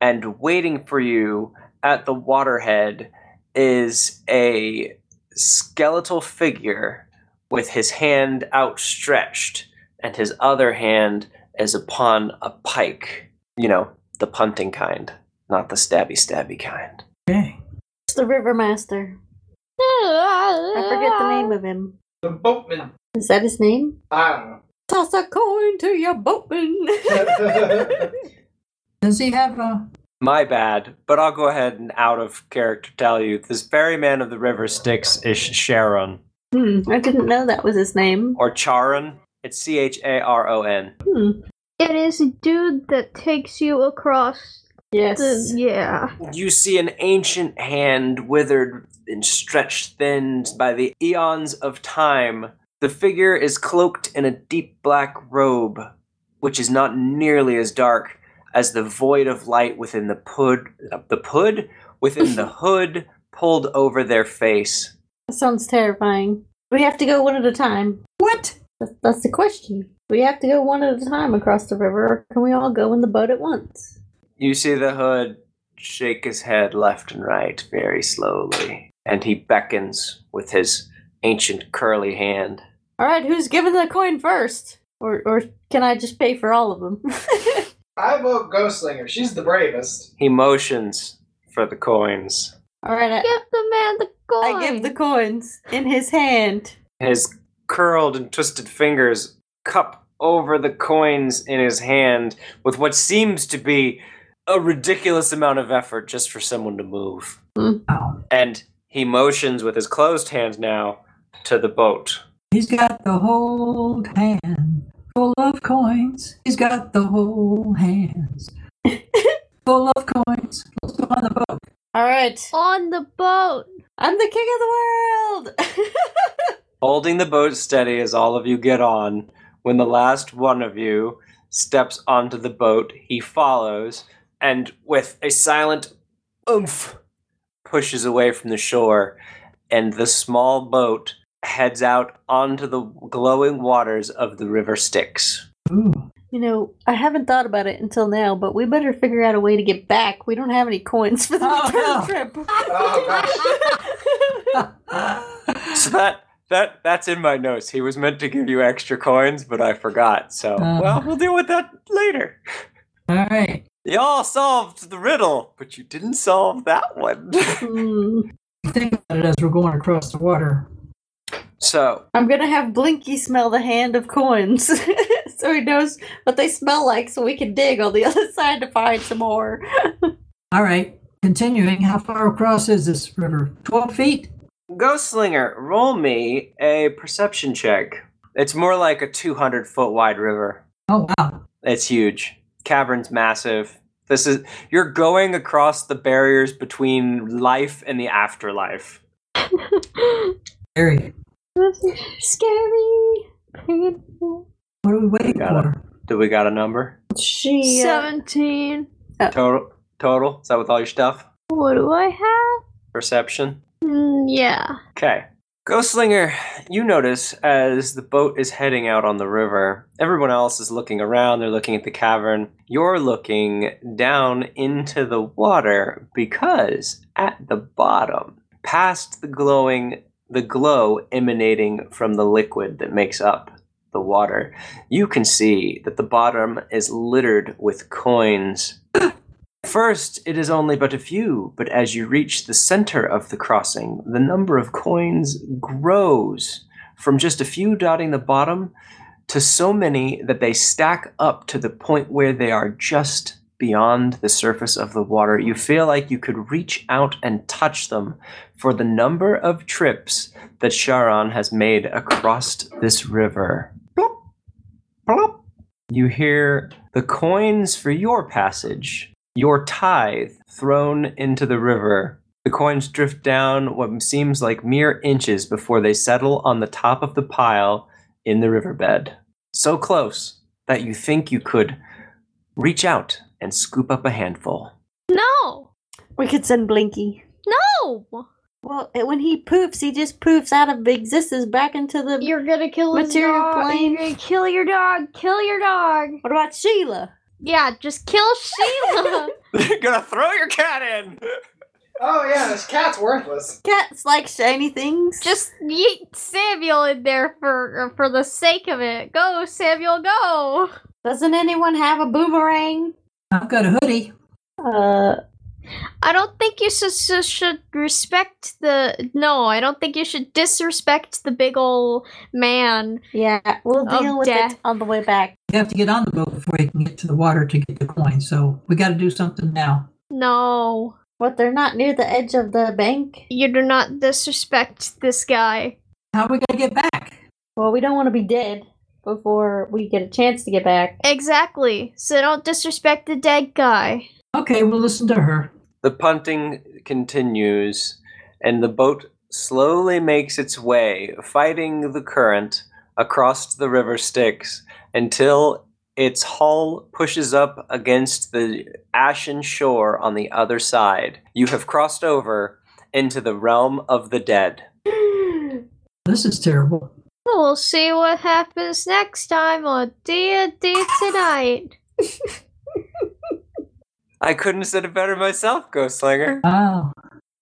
Speaker 4: and waiting for you at the waterhead is a skeletal figure with his hand outstretched and his other hand is upon a pike. You know, the punting kind, not the stabby stabby kind.
Speaker 5: Okay.
Speaker 1: It's the river master. I forget the name of him.
Speaker 2: The boatman.
Speaker 1: Is that his name?
Speaker 2: I don't know.
Speaker 1: Toss a coin to your boatman.
Speaker 5: Does he have a.
Speaker 4: My bad, but I'll go ahead and out of character tell you this ferryman of the river Styx is Sharon
Speaker 1: hmm, I didn't know that was his name.
Speaker 4: or Charon. It's C H A R O N.
Speaker 1: Hmm.
Speaker 3: (laughs) It is a dude that takes you across the.
Speaker 1: Yes.
Speaker 3: Yeah.
Speaker 4: You see an ancient hand withered and stretched thin by the eons of time. The figure is cloaked in a deep black robe, which is not nearly as dark as the void of light within the pud, uh, the pud within the hood pulled over their face.
Speaker 1: That sounds terrifying. We have to go one at a time.
Speaker 5: What?
Speaker 1: That's, that's the question. We have to go one at a time across the river, or can we all go in the boat at once?
Speaker 4: You see the hood shake his head left and right very slowly, and he beckons with his ancient curly hand.
Speaker 1: All right, who's giving the coin first? Or, or can I just pay for all of them? (laughs)
Speaker 2: I vote Ghostlinger. She's the bravest.
Speaker 4: He motions for the coins.
Speaker 1: all right, I,
Speaker 3: Give the man the coin.
Speaker 1: I give the coins in his hand.
Speaker 4: His curled and twisted fingers cup over the coins in his hand with what seems to be a ridiculous amount of effort just for someone to move.
Speaker 5: Oh,
Speaker 4: And he motions with his closed hand now to the boat.
Speaker 5: He's got the whole hand full of coins. He's got the whole hands full of coins. Let's go on the boat.
Speaker 1: All right.
Speaker 3: On the boat. (gasps)
Speaker 1: I'm the king of the world. (laughs)
Speaker 4: Holding the boat steady as all of you get on, when the last one of you steps onto the boat, he follows and, with a silent oomph, pushes away from the shore, and the small boat heads out onto the glowing waters of the River Styx.
Speaker 5: Ooh. (laughs)
Speaker 1: you know, I haven't thought about it until now, but we better figure out a way to get back. We don't have any coins for the
Speaker 5: Oh,
Speaker 1: return
Speaker 5: no. Oh,
Speaker 1: trip.
Speaker 2: Oh,
Speaker 9: So that that that's in my notes. He was meant to give you extra coins, but I forgot. So
Speaker 5: Uh.
Speaker 9: well, we'll deal with that later.
Speaker 5: All right.
Speaker 9: Y'all solved the riddle, but you didn't solve that
Speaker 4: (laughs)
Speaker 9: one.
Speaker 1: (laughs) Hmm.
Speaker 5: Think about it as we're going across the water.
Speaker 4: So,
Speaker 1: I'm gonna have Blinky smell the hand of coins, (laughs) so he knows what they smell like, so we can dig on the (laughs) other side to find some more.
Speaker 5: All right. Continuing. How far across is this river? 12 feet?
Speaker 4: Ghostslinger, roll me a perception check. It's more like a 200 foot wide river.
Speaker 5: Oh, wow.
Speaker 4: It's huge. Cavern's massive. This is you're going across the barriers between life and the afterlife.
Speaker 5: Very.
Speaker 3: this is scary. Painful.
Speaker 5: What are we waiting
Speaker 4: Got it.
Speaker 5: for?
Speaker 4: Do we got a number?
Speaker 1: She uh,
Speaker 3: 17.
Speaker 4: Total total? Is that with all your stuff?
Speaker 3: What do I have?
Speaker 4: Perception?
Speaker 3: Mm, yeah.
Speaker 4: Okay. Ghostslinger, you notice as the boat is heading out on the river, everyone else is looking around, they're looking at the cavern. You're looking down into the water because at the bottom, past the glowing the glow emanating from the liquid that makes up the water, you can see that the bottom is littered with coins. At First, it is only but a few, but as you reach the center of the crossing, the number of coins grows from just a few dotting the bottom to so many that they stack up to the point where they are just beyond the surface of the water. You feel like you could reach out and touch them for the number of trips that Charon has made across this river. Plop, plop. You hear the coins for your passage your tithe thrown into the river. The coins drift down what seems like mere inches before they settle on the top of the pile in the riverbed. So close that you think you could reach out and scoop up a handful.
Speaker 3: No!
Speaker 1: we could send Blinky.
Speaker 3: No!
Speaker 1: Well, it- when he poofs, he just poofs out of existence back into the.
Speaker 3: You're gonna kill his
Speaker 1: Material
Speaker 3: dog.
Speaker 1: plane.
Speaker 3: You're gonna kill your dog. Kill your dog.
Speaker 1: what about Sheila?
Speaker 3: Yeah, just kill Sheila.
Speaker 9: (laughs) You're gonna throw your cat in.
Speaker 2: oh yeah, this cat's worthless.
Speaker 1: Cats like shiny things.
Speaker 3: just yeet Samuel in there for uh, for the sake of it. Go, Samuel, go.
Speaker 1: doesn't anyone have a boomerang?
Speaker 5: I've got a hoodie.
Speaker 1: Uh,
Speaker 3: I don't think you should should, should respect the. No, I don't think you should disrespect the big ol' man.
Speaker 1: yeah, we'll
Speaker 3: Oh,
Speaker 1: deal with
Speaker 3: death.
Speaker 1: it on the way back.
Speaker 5: You have to get on the boat before you can get to the water to get the coins. So we got to do something now.
Speaker 3: No,
Speaker 1: But they're not near the edge of the bank.
Speaker 3: you do not disrespect this guy.
Speaker 5: How are we going to get back?
Speaker 1: Well, we don't want to be dead before we get a chance to get
Speaker 3: (sighs)
Speaker 1: back. (sighs)
Speaker 3: Exactly. So don't disrespect the dead guy.
Speaker 5: Okay, we'll listen to her.
Speaker 4: The punting continues, and the boat slowly makes its way, fighting the current across the river Styx until its hull pushes up against the ashen shore on the other side. You have crossed over into the realm of the dead.
Speaker 5: This is terrible.
Speaker 3: We'll see what happens next time on D&D Tonight.
Speaker 9: I couldn't have said it better myself, Ghostslinger.
Speaker 5: Oh,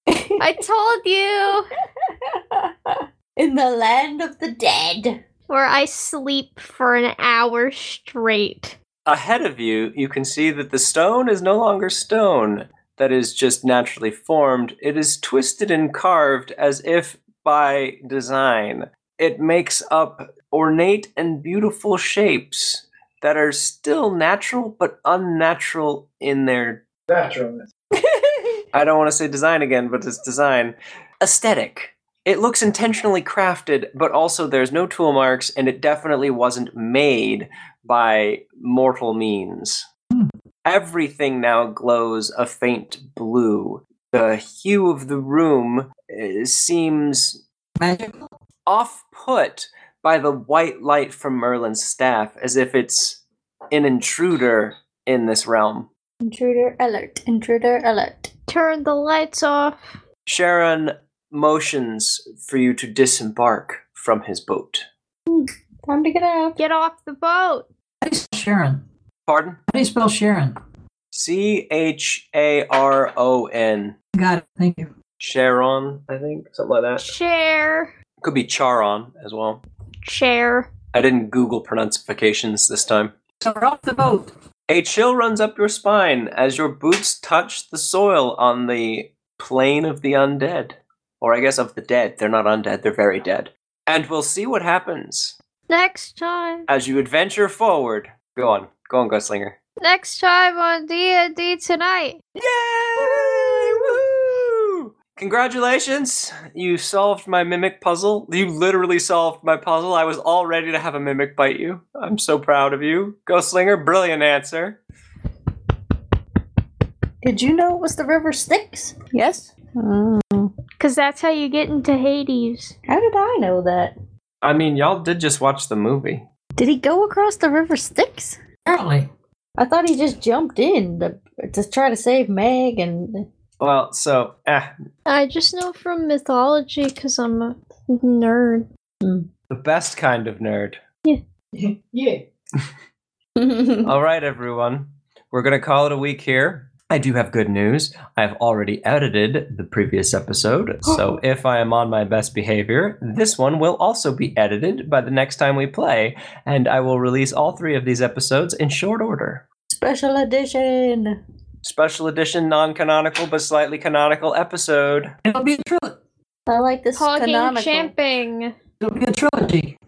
Speaker 3: I told you.
Speaker 1: In the land of the dead.
Speaker 3: where I sleep for an hour straight.
Speaker 4: ahead of you, you can see that the stone is no longer stone that is just naturally formed. It is twisted and carved as if by design. It makes up ornate and beautiful shapes that are still natural but unnatural in their.
Speaker 2: Naturalness.
Speaker 4: I don't want to say design again, but it's design. Aesthetic. It looks intentionally crafted, but also there's no tool marks, and it definitely wasn't made by mortal means.
Speaker 5: Hmm.
Speaker 4: Everything now glows a faint blue. The hue of the room eh, seems
Speaker 5: Magical?
Speaker 4: off put by the white light from Merlin's staff as if it's an intruder in this realm.
Speaker 1: (laughs) Intruder alert. Intruder alert.
Speaker 3: Turn the lights off.
Speaker 4: Sharon motions for you to disembark from his boat.
Speaker 1: Time to get out.
Speaker 3: Get off the boat.
Speaker 5: How do you spell Sharon?
Speaker 4: Pardon?
Speaker 5: How do you spell Sharon?
Speaker 4: C H A R O N.
Speaker 5: Got it. Thank you.
Speaker 4: Sharon, I think, something like that.
Speaker 3: Share.
Speaker 4: Could be Charon as well.
Speaker 3: Share.
Speaker 4: I didn't Google pronunciations this time.
Speaker 5: So we're off the boat.
Speaker 4: A chill runs up your spine as your boots touch the soil on the plane of the undead. Or I guess of the dead. They're not undead, they're very dead. And we'll see what happens
Speaker 3: Next time.
Speaker 4: as you adventure forward. Go on. Go on, Gunslinger.
Speaker 3: Next time on D&D Tonight.
Speaker 4: Yay! Woo! Congratulations! You solved my mimic puzzle. You literally solved my puzzle. I was all ready to have a mimic bite you. I'm so proud of you. Ghostlinger, brilliant answer.
Speaker 10: Did you know it was
Speaker 1: The river Styx? Yes. Oh.
Speaker 3: Because that's how you get into Hades.
Speaker 1: How did I know that?
Speaker 4: I mean, y'all did just watch the movie.
Speaker 1: Did he go across the river Styx?
Speaker 5: Apparently.
Speaker 1: I thought he just jumped in to, to try to save Meg (laughs) and.
Speaker 4: Well, so eh,
Speaker 3: I just know from mythology because I'm a nerd.
Speaker 4: the best kind of nerd.
Speaker 2: (laughs) yeah.
Speaker 4: All right, everyone. We're going to call it a week here. I do have good news. I've already edited the previous episode. So if I am on my best behavior, this one will also be edited by the next time we play. And I will release all three of these episodes in short order.
Speaker 1: Special edition.
Speaker 4: Special edition, non canonical, but slightly canonical episode.
Speaker 5: It'll be a trilogy.
Speaker 1: I like this
Speaker 3: Talking
Speaker 1: canonical.
Speaker 3: champing.
Speaker 5: It'll be a trilogy.